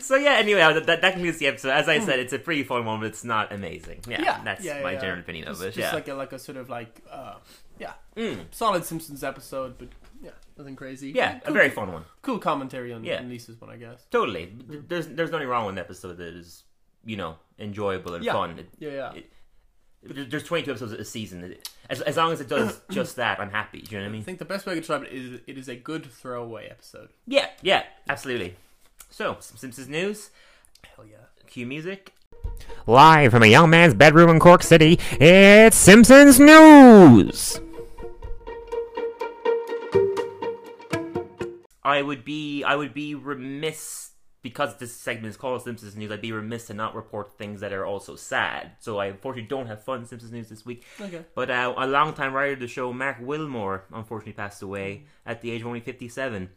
[SPEAKER 1] so yeah. Anyway, uh, that, that that concludes the episode. As I said, it's a pretty fun one, but it's not amazing. Yeah, that's my
[SPEAKER 2] yeah.
[SPEAKER 1] general opinion of
[SPEAKER 2] Just-
[SPEAKER 1] it.
[SPEAKER 2] Just
[SPEAKER 1] yeah. Mm.
[SPEAKER 2] like a like a sort of like uh, yeah, solid Simpsons episode, but yeah, nothing crazy.
[SPEAKER 1] yeah, a
[SPEAKER 2] cool,
[SPEAKER 1] very fun one.
[SPEAKER 2] cool commentary on,
[SPEAKER 1] Yeah.
[SPEAKER 2] on Lisa's one, I guess.
[SPEAKER 1] Totally. There's there's nothing wrong with an episode that is you know enjoyable and
[SPEAKER 2] Yeah.
[SPEAKER 1] fun. It-
[SPEAKER 2] Yeah, yeah.
[SPEAKER 1] it- there- there's 22 episodes a season. As, as long as it does just that, I'm happy. Do you know what I
[SPEAKER 2] I
[SPEAKER 1] mean?
[SPEAKER 2] think the best way I could describe it is it is a good throwaway episode.
[SPEAKER 1] Yeah, yeah, absolutely. So, some Simpsons news.
[SPEAKER 2] Hell yeah!
[SPEAKER 1] Cue music.
[SPEAKER 8] Live from a young man's bedroom in Cork City, it's Simpsons News!
[SPEAKER 1] I would be I would be remiss because this segment is called Simpsons News. I'd be remiss to not report things that are also sad. So I unfortunately don't have fun Simpsons News this week.
[SPEAKER 2] Okay.
[SPEAKER 1] But uh, a longtime writer of the show, Mark Wilmore, unfortunately passed away at the age of only fifty-seven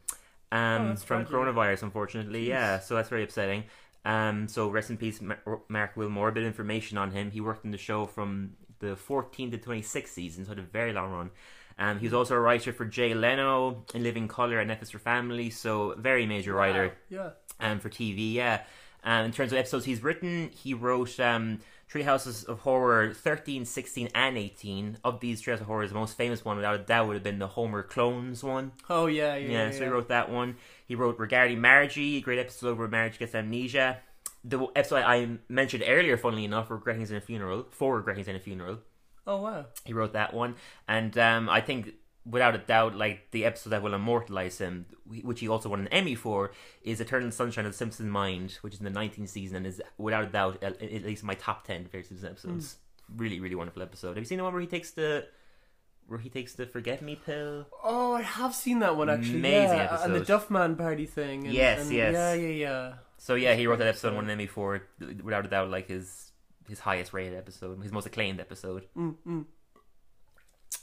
[SPEAKER 1] um, from coronavirus. Unfortunately, yeah. So that's very upsetting. Um, so rest in peace, Mar- Mark Wilmore. A bit of information on him. He worked in the show from the 14th to 26th season, so had a very long run. Um, he was also a writer for Jay Leno in Living Color and F is for Family, so very major writer
[SPEAKER 2] Yeah.
[SPEAKER 1] um, for TV. Yeah. Um, in terms of episodes he's written, he wrote um, Three Houses of Horror 13, 16, and 18. Of these Three Houses of Horror, the most famous one, without a doubt, would have been the Homer Clones one.
[SPEAKER 2] Oh yeah, yeah.
[SPEAKER 1] Yeah,
[SPEAKER 2] Yeah.
[SPEAKER 1] so he
[SPEAKER 2] yeah.
[SPEAKER 1] wrote that one. He wrote Regarding Marriage, a great episode where marriage gets amnesia. The episode I mentioned earlier, funnily enough, Regretting's in a Funeral, for Regretting's in a Funeral
[SPEAKER 2] Oh wow.
[SPEAKER 1] he wrote that one and um, i think without a doubt like the episode that will immortalize him wh- which he also won an emmy for is eternal sunshine of the simpson mind which is in the 19th season and is without a doubt at at least my top 10 favorite simpson episodes really really wonderful episode have you seen the one where he takes the where he takes the forget me pill
[SPEAKER 2] Oh, I have seen that one actually.
[SPEAKER 1] Amazing
[SPEAKER 2] yeah, And the
[SPEAKER 1] episode.
[SPEAKER 2] Duffman party thing. And,
[SPEAKER 1] Yes,
[SPEAKER 2] and-
[SPEAKER 1] yes.
[SPEAKER 2] Yeah, yeah, yeah.
[SPEAKER 1] so yeah he wrote that episode and won an emmy for it, without a doubt like his his highest rated episode his most acclaimed episode
[SPEAKER 2] Mm,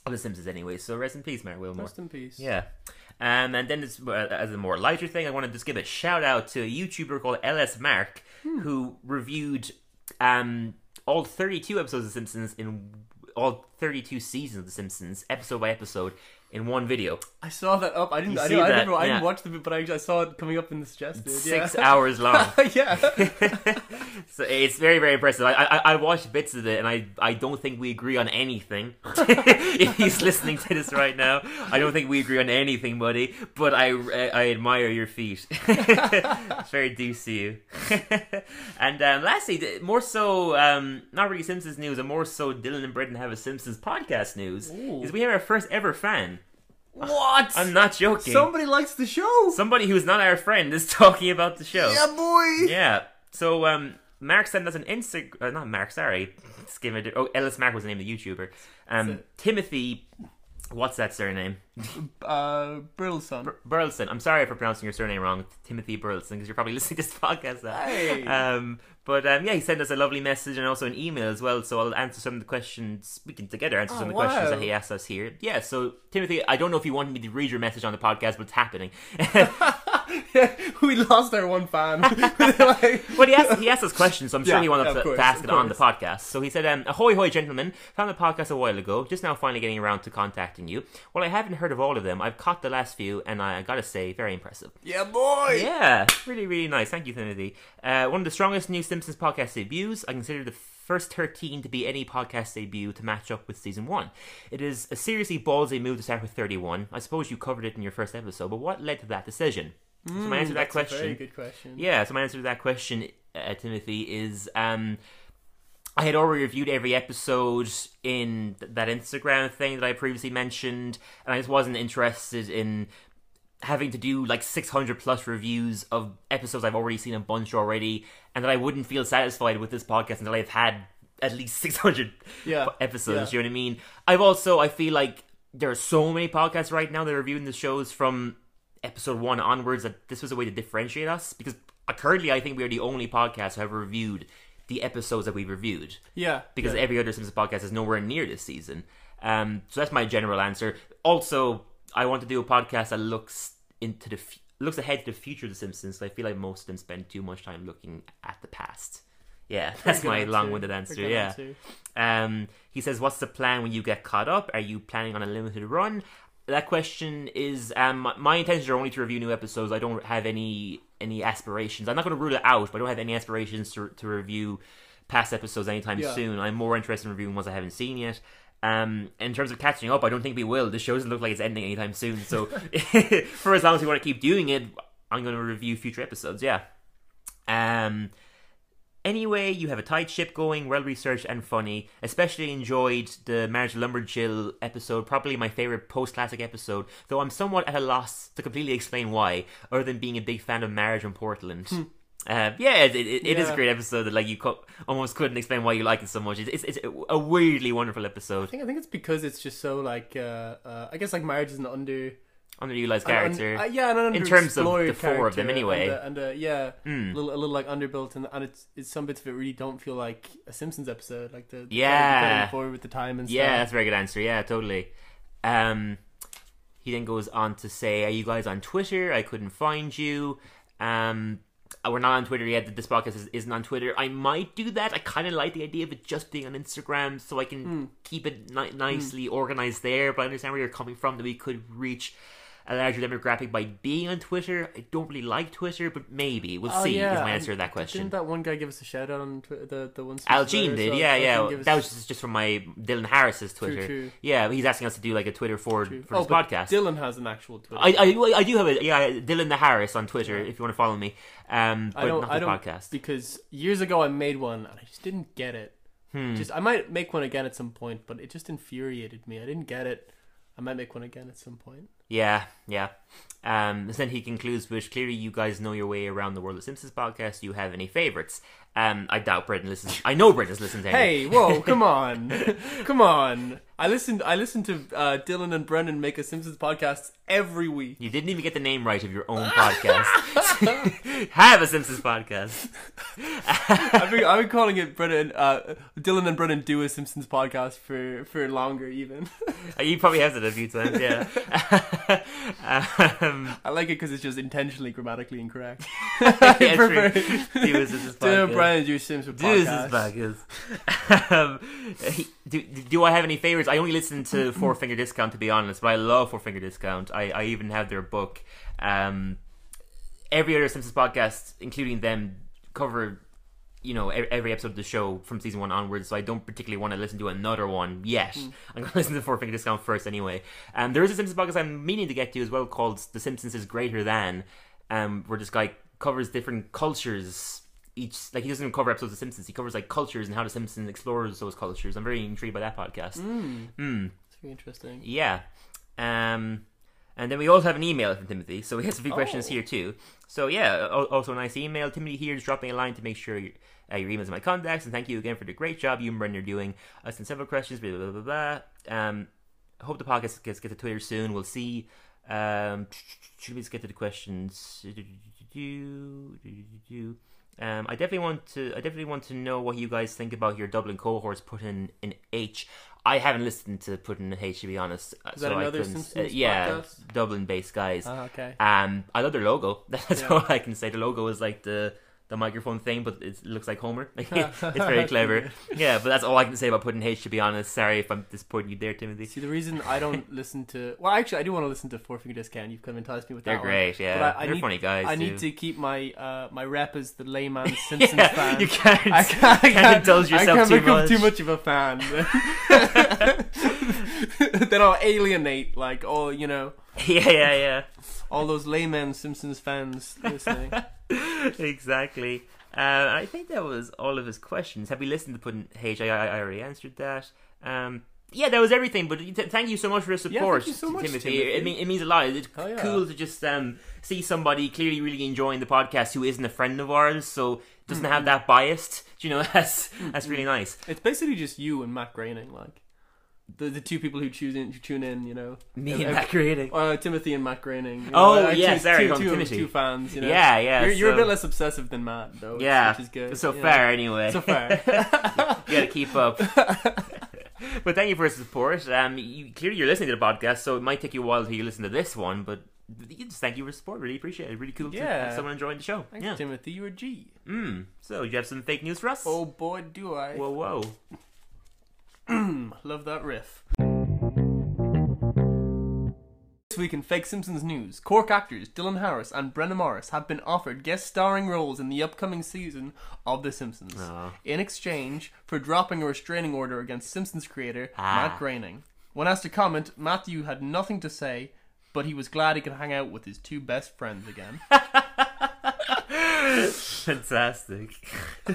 [SPEAKER 1] of the simpsons anyway so rest in peace Mark wilmore
[SPEAKER 2] Rest in peace.
[SPEAKER 1] Yeah. Um, and then it's, uh, as a more lighter thing, I want to just give a shout out to a YouTuber called LS Mark
[SPEAKER 2] Hmm.
[SPEAKER 1] who reviewed um, all 32 episodes of The Simpsons in all 32 seasons of The Simpsons, episode by episode, in one video.
[SPEAKER 2] I saw that up. I didn't.
[SPEAKER 1] You
[SPEAKER 2] I,
[SPEAKER 1] see
[SPEAKER 2] didn't I,
[SPEAKER 1] that,
[SPEAKER 2] never, I
[SPEAKER 1] yeah.
[SPEAKER 2] didn't watch the bit, but I, I saw it coming up in the suggested. yeah.
[SPEAKER 1] Six hours long.
[SPEAKER 2] yeah.
[SPEAKER 1] so it's very very impressive. I, I I watched bits of it, and I I don't think we agree on anything. if he's listening to this right now, I don't think we agree on anything, buddy. But I I admire your feet. it's very deuce to you. and um, lastly, th- more so, um, not really Simpsons news, and more so, Dylan and Brendan have a Simpsons podcast news. Is we have our first ever fan.
[SPEAKER 2] What?
[SPEAKER 1] I'm not joking.
[SPEAKER 2] Somebody likes the show.
[SPEAKER 1] Somebody who's not our friend is talking about the show.
[SPEAKER 2] yeah, boy.
[SPEAKER 1] Yeah. So um, Mark sent us an Insta. Uh, not Mark. Sorry. Skim it. Oh, Ellis Mark was the name of the YouTuber. Um, Timothy. What's that surname?
[SPEAKER 2] Uh, Brittleson.
[SPEAKER 1] Burleson. I'm sorry for pronouncing your surname wrong, Timothy Burleson, because you're probably listening to this podcast now.
[SPEAKER 2] Hey.
[SPEAKER 1] Um, but um, yeah, he sent us a lovely message and also an email as well. So I'll answer some of the questions. We can together answer some of the questions
[SPEAKER 2] Oh, wow.
[SPEAKER 1] that he asked us here. Yeah. So Timothy, I don't know if you wanted me to read your message on the podcast, but it's happening.
[SPEAKER 2] we lost our one fan. Like-
[SPEAKER 1] But he asked, he asked us questions, so I'm sure
[SPEAKER 2] Yeah,
[SPEAKER 1] he wanted
[SPEAKER 2] yeah,
[SPEAKER 1] to,
[SPEAKER 2] of course,
[SPEAKER 1] to ask
[SPEAKER 2] of
[SPEAKER 1] it on the
[SPEAKER 2] course.
[SPEAKER 1] podcast. So he said, um, Ahoy, hoy, gentlemen. Found the podcast a while ago, just now finally getting around to contacting you. Well, I haven't heard of all of them. I've caught the last few, and I gotta say, very impressive.
[SPEAKER 2] yeah, boy.
[SPEAKER 1] Yeah, really, really nice. Thank you, Timothy. Uh, one of the strongest new Simpsons podcast debuts. I consider the first 13 to be any podcast debut to match up with season 1. It is a seriously ballsy move to start with 31. I suppose you covered it in your first episode, but what led to that decision? so my answer to that
[SPEAKER 2] Hmm, That's a
[SPEAKER 1] question
[SPEAKER 2] very good question.
[SPEAKER 1] yeah, so my answer to that question, uh, Timothy, is um, I had already reviewed every episode in th- that Instagram thing that I previously mentioned, and I just wasn't interested in having to do like 600 plus reviews of episodes I've already seen a bunch already, and that I wouldn't feel satisfied with this podcast until I've had at least 600
[SPEAKER 2] Yeah,
[SPEAKER 1] episodes.
[SPEAKER 2] yeah.
[SPEAKER 1] Do you know what I mean? I've also, I feel like there are so many podcasts right now that are reviewing the shows from episode one onwards that this was a way to differentiate us because uh, currently I think we are the only podcast who have reviewed the episodes that we've reviewed
[SPEAKER 2] Yeah.
[SPEAKER 1] because every other Simpsons podcast is nowhere near this season. Um, so that's my general answer. Also, I want to do a podcast that looks into the f- looks ahead to the future of the Simpsons. So I feel like most of them spend too much time looking at the past. Yeah, that's
[SPEAKER 2] Good
[SPEAKER 1] my
[SPEAKER 2] answer.
[SPEAKER 1] long-winded answer.
[SPEAKER 2] Good
[SPEAKER 1] yeah.
[SPEAKER 2] answer.
[SPEAKER 1] Um, he says, "What's the plan when you get caught up? Are you planning on a limited run?" That question is um, my intentions are only to review new episodes. I don't have any any aspirations. I'm not going to rule it out, but I don't have any aspirations to to review past episodes anytime
[SPEAKER 2] Yeah.
[SPEAKER 1] soon. I'm more interested in reviewing ones I haven't seen yet. Um, in terms of catching up, I don't think we will. The show doesn't look like it's ending anytime soon. So, for as long as we want to keep doing it, I'm going to review future episodes. Yeah. Um, Anyway, you have a tight ship going, well researched and funny. Especially enjoyed the Marriage of Lumberjill episode, probably my favorite post classic episode, though I'm somewhat at a loss to completely explain why, other than being a big fan of Marriage in Portland. Uh, yeah, it, it, it is a
[SPEAKER 2] Yeah.
[SPEAKER 1] great episode that like you co- almost couldn't explain why you like it so much. It's, it's, it's a weirdly wonderful episode.
[SPEAKER 2] I think I think it's because it's just so like uh, uh I guess like marriage is an under
[SPEAKER 1] Underutilized
[SPEAKER 2] an un-
[SPEAKER 1] character.
[SPEAKER 2] uh, yeah, an
[SPEAKER 1] in terms of
[SPEAKER 2] underexplored
[SPEAKER 1] the four of them
[SPEAKER 2] character
[SPEAKER 1] anyway. Hmm.
[SPEAKER 2] and, uh, and uh, yeah, a, little, a little like underbuilt, and, and it's, it's some bits of it really don't feel like a Simpsons episode, like the the cutting-
[SPEAKER 1] Yeah.
[SPEAKER 2] cutting forward with the time and
[SPEAKER 1] Yeah,
[SPEAKER 2] stuff.
[SPEAKER 1] that's a very good answer. Yeah, totally. Um, he then goes on to say, "Are you guys on Twitter? I couldn't find you. Um, uh, we're not on Twitter yet. This podcast is, isn't on Twitter. I might do that. I kind of like the idea of it just being on Instagram, so I can
[SPEAKER 2] Hmm.
[SPEAKER 1] keep it ni- nicely organized there. But I understand where you're coming from that we could reach." A larger demographic by being on Twitter. I don't really like Twitter, but maybe we'll
[SPEAKER 2] Oh,
[SPEAKER 1] see.
[SPEAKER 2] yeah,
[SPEAKER 1] Is my
[SPEAKER 2] and
[SPEAKER 1] answer to that question?
[SPEAKER 2] Didn't that one guy give us a shout out on Twitter? The the one Simpsons
[SPEAKER 1] Algene
[SPEAKER 2] writer
[SPEAKER 1] did,
[SPEAKER 2] as well?
[SPEAKER 1] yeah,
[SPEAKER 2] Algene
[SPEAKER 1] yeah.
[SPEAKER 2] gave us-
[SPEAKER 1] That was just, just from my Dylan Harris's Twitter.
[SPEAKER 2] true.
[SPEAKER 1] Yeah, he's asking us to do like a Twitter for for
[SPEAKER 2] oh,
[SPEAKER 1] his
[SPEAKER 2] but
[SPEAKER 1] podcast.
[SPEAKER 2] Dylan has an actual Twitter.
[SPEAKER 1] I, I, well, I do have a yeah Dylan the Harris on Twitter if you want to follow me. Um, but
[SPEAKER 2] I don't.
[SPEAKER 1] not the
[SPEAKER 2] I don't
[SPEAKER 1] podcast.
[SPEAKER 2] because years ago I made one and I just didn't get it.
[SPEAKER 1] Hmm.
[SPEAKER 2] Just I might make one again at some point, but it just infuriated me. I didn't get it. I might make one again at some point.
[SPEAKER 1] Yeah, yeah. Um, then he concludes with clearly you guys know your way around the world of Simpsons podcast. Do you have any favorites? Um, I doubt Britain listens. I know Britain listens. anyway.
[SPEAKER 2] Hey, whoa, come on, come on! I listened. I listened to uh, Dylan and Brendan make a Simpsons podcast every week.
[SPEAKER 1] you didn't even get the name right of your own podcast. Have a Simpsons podcast.
[SPEAKER 2] I've been, I've been calling it Brennan, uh, Dylan and Brennan do a Simpsons podcast for, for longer even.
[SPEAKER 1] You probably have said it a few times, yeah. um,
[SPEAKER 2] I like it because it's just intentionally grammatically incorrect.
[SPEAKER 1] yeah, true.
[SPEAKER 2] prefer-
[SPEAKER 1] Do a Simpsons
[SPEAKER 2] Dylan
[SPEAKER 1] podcast.
[SPEAKER 2] and Brennan do a
[SPEAKER 1] uh,
[SPEAKER 2] Simpsons
[SPEAKER 1] Do a
[SPEAKER 2] podcast.
[SPEAKER 1] Simpsons podcast. um, do, do I have any favorites? I only listen to Four Finger Discount to be honest, but I love Four Finger Discount. I, I even have their book. Um, every other Simpsons podcast, including them, cover you know e- every episode of the show from season one onwards. So I don't particularly want to listen to another one yet. I'm going to listen to Four Finger Discount first anyway. Um, there is a Simpsons podcast I'm meaning to get to as well called "The Simpsons is Greater Than," um, where this guy covers different cultures. Each like he doesn't even cover episodes of Simpsons. He covers like cultures and how the Simpsons explores those cultures. I'm very intrigued by that podcast.
[SPEAKER 2] It's very interesting.
[SPEAKER 1] Yeah. Um, and then we also have an email from Timothy, so he has a few
[SPEAKER 2] Oh.
[SPEAKER 1] questions here too. So yeah, al- also a nice email. Timothy here is dropping a line to make sure your, uh, your emails are my contacts, and thank you again for the great job you and Brendan are doing. I sent several questions, blah blah blah blah. blah. Um, hope the podcast gets get to Twitter soon. We'll see. Um, should we just get to the questions? Um, I definitely want to. I definitely want to know what you guys think about your Dublin cohorts putting in H. I haven't listened to putting in H to be honest. uh,
[SPEAKER 2] Is that
[SPEAKER 1] so
[SPEAKER 2] another
[SPEAKER 1] I couldn't-
[SPEAKER 2] Simpsons
[SPEAKER 1] yeah,
[SPEAKER 2] podcast?
[SPEAKER 1] Dublin-based guys.
[SPEAKER 2] Ah, okay.
[SPEAKER 1] Um, I love their logo. That's
[SPEAKER 2] Yeah.
[SPEAKER 1] all I can say. The logo is like the the microphone thing, but it's- it looks like Homer. Like, it's very clever. Yeah, but that's all I can say about putting H. To be honest, sorry if I'm disappointing you there, Timothy.
[SPEAKER 2] See, the reason I don't listen to well, actually, I do want to listen to Four Finger Discount. You've kind of enticed me with
[SPEAKER 1] They're
[SPEAKER 2] that.
[SPEAKER 1] great,
[SPEAKER 2] one.
[SPEAKER 1] yeah.
[SPEAKER 2] But
[SPEAKER 1] They're funny guys,
[SPEAKER 2] I need
[SPEAKER 1] too.
[SPEAKER 2] to keep my uh, my rep as the layman Simpsons fan.
[SPEAKER 1] you can't,
[SPEAKER 2] I can't, I
[SPEAKER 1] can't indulge yourself
[SPEAKER 2] I can't
[SPEAKER 1] too
[SPEAKER 2] become
[SPEAKER 1] much.
[SPEAKER 2] too much of a fan. then I'll alienate like all you know
[SPEAKER 1] Yeah, yeah, yeah.
[SPEAKER 2] all those layman Simpsons fans listening.
[SPEAKER 1] exactly. Uh, I think that was all of his questions. Have we listened to Puddin' H? I, I I already answered that. Um, yeah, that was everything. But th- thank you so much for the
[SPEAKER 2] Yeah,
[SPEAKER 1] support,
[SPEAKER 2] thank you so much,
[SPEAKER 1] Timothy.
[SPEAKER 2] Timothy.
[SPEAKER 1] It, mean, it means a lot. It's
[SPEAKER 2] Oh, yeah.
[SPEAKER 1] cool to just um, see somebody clearly really enjoying the podcast who isn't a friend of ours, so doesn't
[SPEAKER 2] Mm-hmm.
[SPEAKER 1] have that biased. You know, that's that's really nice.
[SPEAKER 2] It's basically just you and Matt Groening, like the the two people who choose in, who tune in. You know,
[SPEAKER 1] Me
[SPEAKER 2] Ev-
[SPEAKER 1] and
[SPEAKER 2] ev-
[SPEAKER 1] Matt Creating.
[SPEAKER 2] Uh, Timothy and Matt Groening. you
[SPEAKER 1] Oh,
[SPEAKER 2] know, uh,
[SPEAKER 1] yes,
[SPEAKER 2] two,
[SPEAKER 1] there you
[SPEAKER 2] two,
[SPEAKER 1] go,
[SPEAKER 2] two,
[SPEAKER 1] Timothy.
[SPEAKER 2] two fans. You know?
[SPEAKER 1] Yeah, yeah,
[SPEAKER 2] You're, you're a
[SPEAKER 1] so-
[SPEAKER 2] bit less obsessive than Matt, though. which-
[SPEAKER 1] Yeah,
[SPEAKER 2] which is good.
[SPEAKER 1] so
[SPEAKER 2] yeah.
[SPEAKER 1] fair anyway.
[SPEAKER 2] So fair.
[SPEAKER 1] you gotta keep up. but thank you for your support. Um, you, clearly you're listening to the podcast, so it might take you a while till you listen to this one, but you just thank you for your support. Really appreciate it. Really cool to
[SPEAKER 2] Yeah.
[SPEAKER 1] have someone enjoying the show.
[SPEAKER 2] Thanks,
[SPEAKER 1] yeah.
[SPEAKER 2] Timothy. You're a G.
[SPEAKER 1] Mm. So you have some fake news for us?
[SPEAKER 2] Oh boy, do I
[SPEAKER 1] Whoa, whoa.
[SPEAKER 2] love that riff. This week in Fake Simpsons News, Cork actors Dylan Harris and Brenna Morris have been offered guest starring roles in the upcoming season of The Simpsons in exchange for dropping a restraining order against Simpsons creator Matt Groening. When asked to comment, Matthew had nothing to say, but he was glad he could hang out with his two best friends again.
[SPEAKER 1] Fantastic.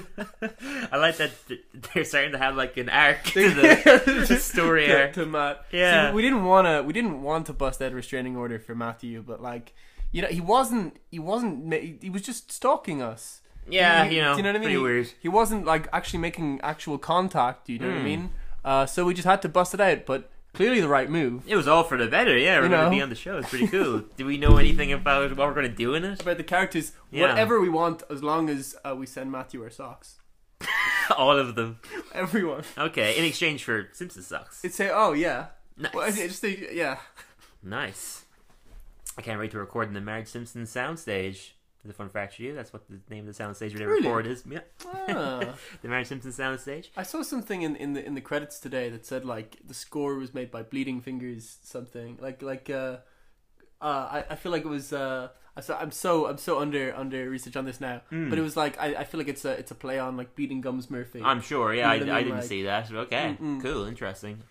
[SPEAKER 1] I like that th- they're starting to have like an arc to the, the story
[SPEAKER 2] to,
[SPEAKER 1] arc.
[SPEAKER 2] to Matt.
[SPEAKER 1] Yeah.
[SPEAKER 2] See, we didn't want to. We didn't want to bust that restraining order for Matthew, but like, you know, he wasn't. He wasn't. ma- He was just stalking us.
[SPEAKER 1] Yeah,
[SPEAKER 2] He-
[SPEAKER 1] Uh, you know,
[SPEAKER 2] do you know what I mean?
[SPEAKER 1] pretty
[SPEAKER 2] He-
[SPEAKER 1] weird. Hmm.
[SPEAKER 2] He wasn't like actually making actual contact. Do you know what I mean? Uh, so we just had to bust it out, but clearly the right move.
[SPEAKER 1] It was all for the better, yeah. We're
[SPEAKER 2] know.
[SPEAKER 1] going to be on the show. It's pretty cool. Do we know anything about what we're going to do in it?
[SPEAKER 2] About the characters,
[SPEAKER 1] Yeah.
[SPEAKER 2] whatever we want, as long as uh, we send Matthew our socks.
[SPEAKER 1] All of them.
[SPEAKER 2] Everyone,
[SPEAKER 1] Okay, in exchange for Simpsons socks.
[SPEAKER 2] it'd say, "Oh yeah,
[SPEAKER 1] Nice.
[SPEAKER 2] Well, I just think, yeah."
[SPEAKER 1] Nice. I can't wait to record in the Marriage Simpson soundstage. There's a fun fact for you. That's what the name of the soundstage where they
[SPEAKER 2] Really?
[SPEAKER 1] record is. Yeah.
[SPEAKER 2] Ah.
[SPEAKER 1] the Marriage Simpson soundstage.
[SPEAKER 2] I saw something in, in the in the credits today that said like the score was made by Bleeding Fingers something like like uh, uh I, I feel like it was uh I saw, I'm so I'm so under under research on this now
[SPEAKER 1] Hmm.
[SPEAKER 2] but it was like I, I feel like it's a it's a play on like Bleeding Gums Murphy
[SPEAKER 1] I'm sure. Yeah, I,
[SPEAKER 2] You know what I
[SPEAKER 1] I
[SPEAKER 2] mean,
[SPEAKER 1] didn't
[SPEAKER 2] like-
[SPEAKER 1] see that. Okay, cool, interesting.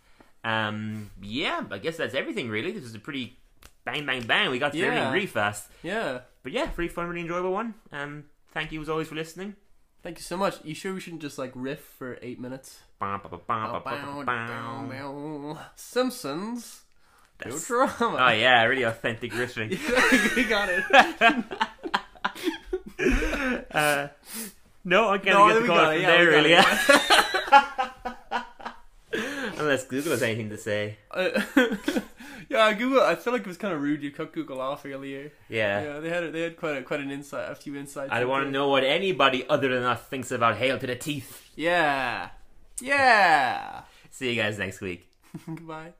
[SPEAKER 1] Um, yeah, I guess that's everything really. This was a pretty bang, bang, bang. We got through everything
[SPEAKER 2] Yeah.
[SPEAKER 1] really fast.
[SPEAKER 2] yeah
[SPEAKER 1] But yeah, pretty fun, really enjoyable one. Um, thank you as always for listening.
[SPEAKER 2] thank you so much you sure we shouldn't just like riff for eight minutes
[SPEAKER 1] Bum, ba, ba, bum, ba, ba, ba, bum.
[SPEAKER 2] Simpsons Futurama
[SPEAKER 1] Oh yeah, really authentic riffing.
[SPEAKER 2] we got it
[SPEAKER 1] No, I can't get
[SPEAKER 2] No, we
[SPEAKER 1] the call
[SPEAKER 2] got
[SPEAKER 1] from
[SPEAKER 2] it. Yeah,
[SPEAKER 1] there
[SPEAKER 2] we got
[SPEAKER 1] really.
[SPEAKER 2] it.
[SPEAKER 1] yeah. Unless Google has anything to say.
[SPEAKER 2] Uh, Yeah, Google. I feel like it was kind of rude. You cut Google off earlier.
[SPEAKER 1] Yeah.
[SPEAKER 2] Yeah, they had they had quite a, quite an insight, a few insights.
[SPEAKER 1] I don't want to
[SPEAKER 2] into it.
[SPEAKER 1] know what anybody other than us thinks about Hail to the Teeth.
[SPEAKER 2] Yeah, yeah.
[SPEAKER 1] See you guys next week.
[SPEAKER 2] Goodbye.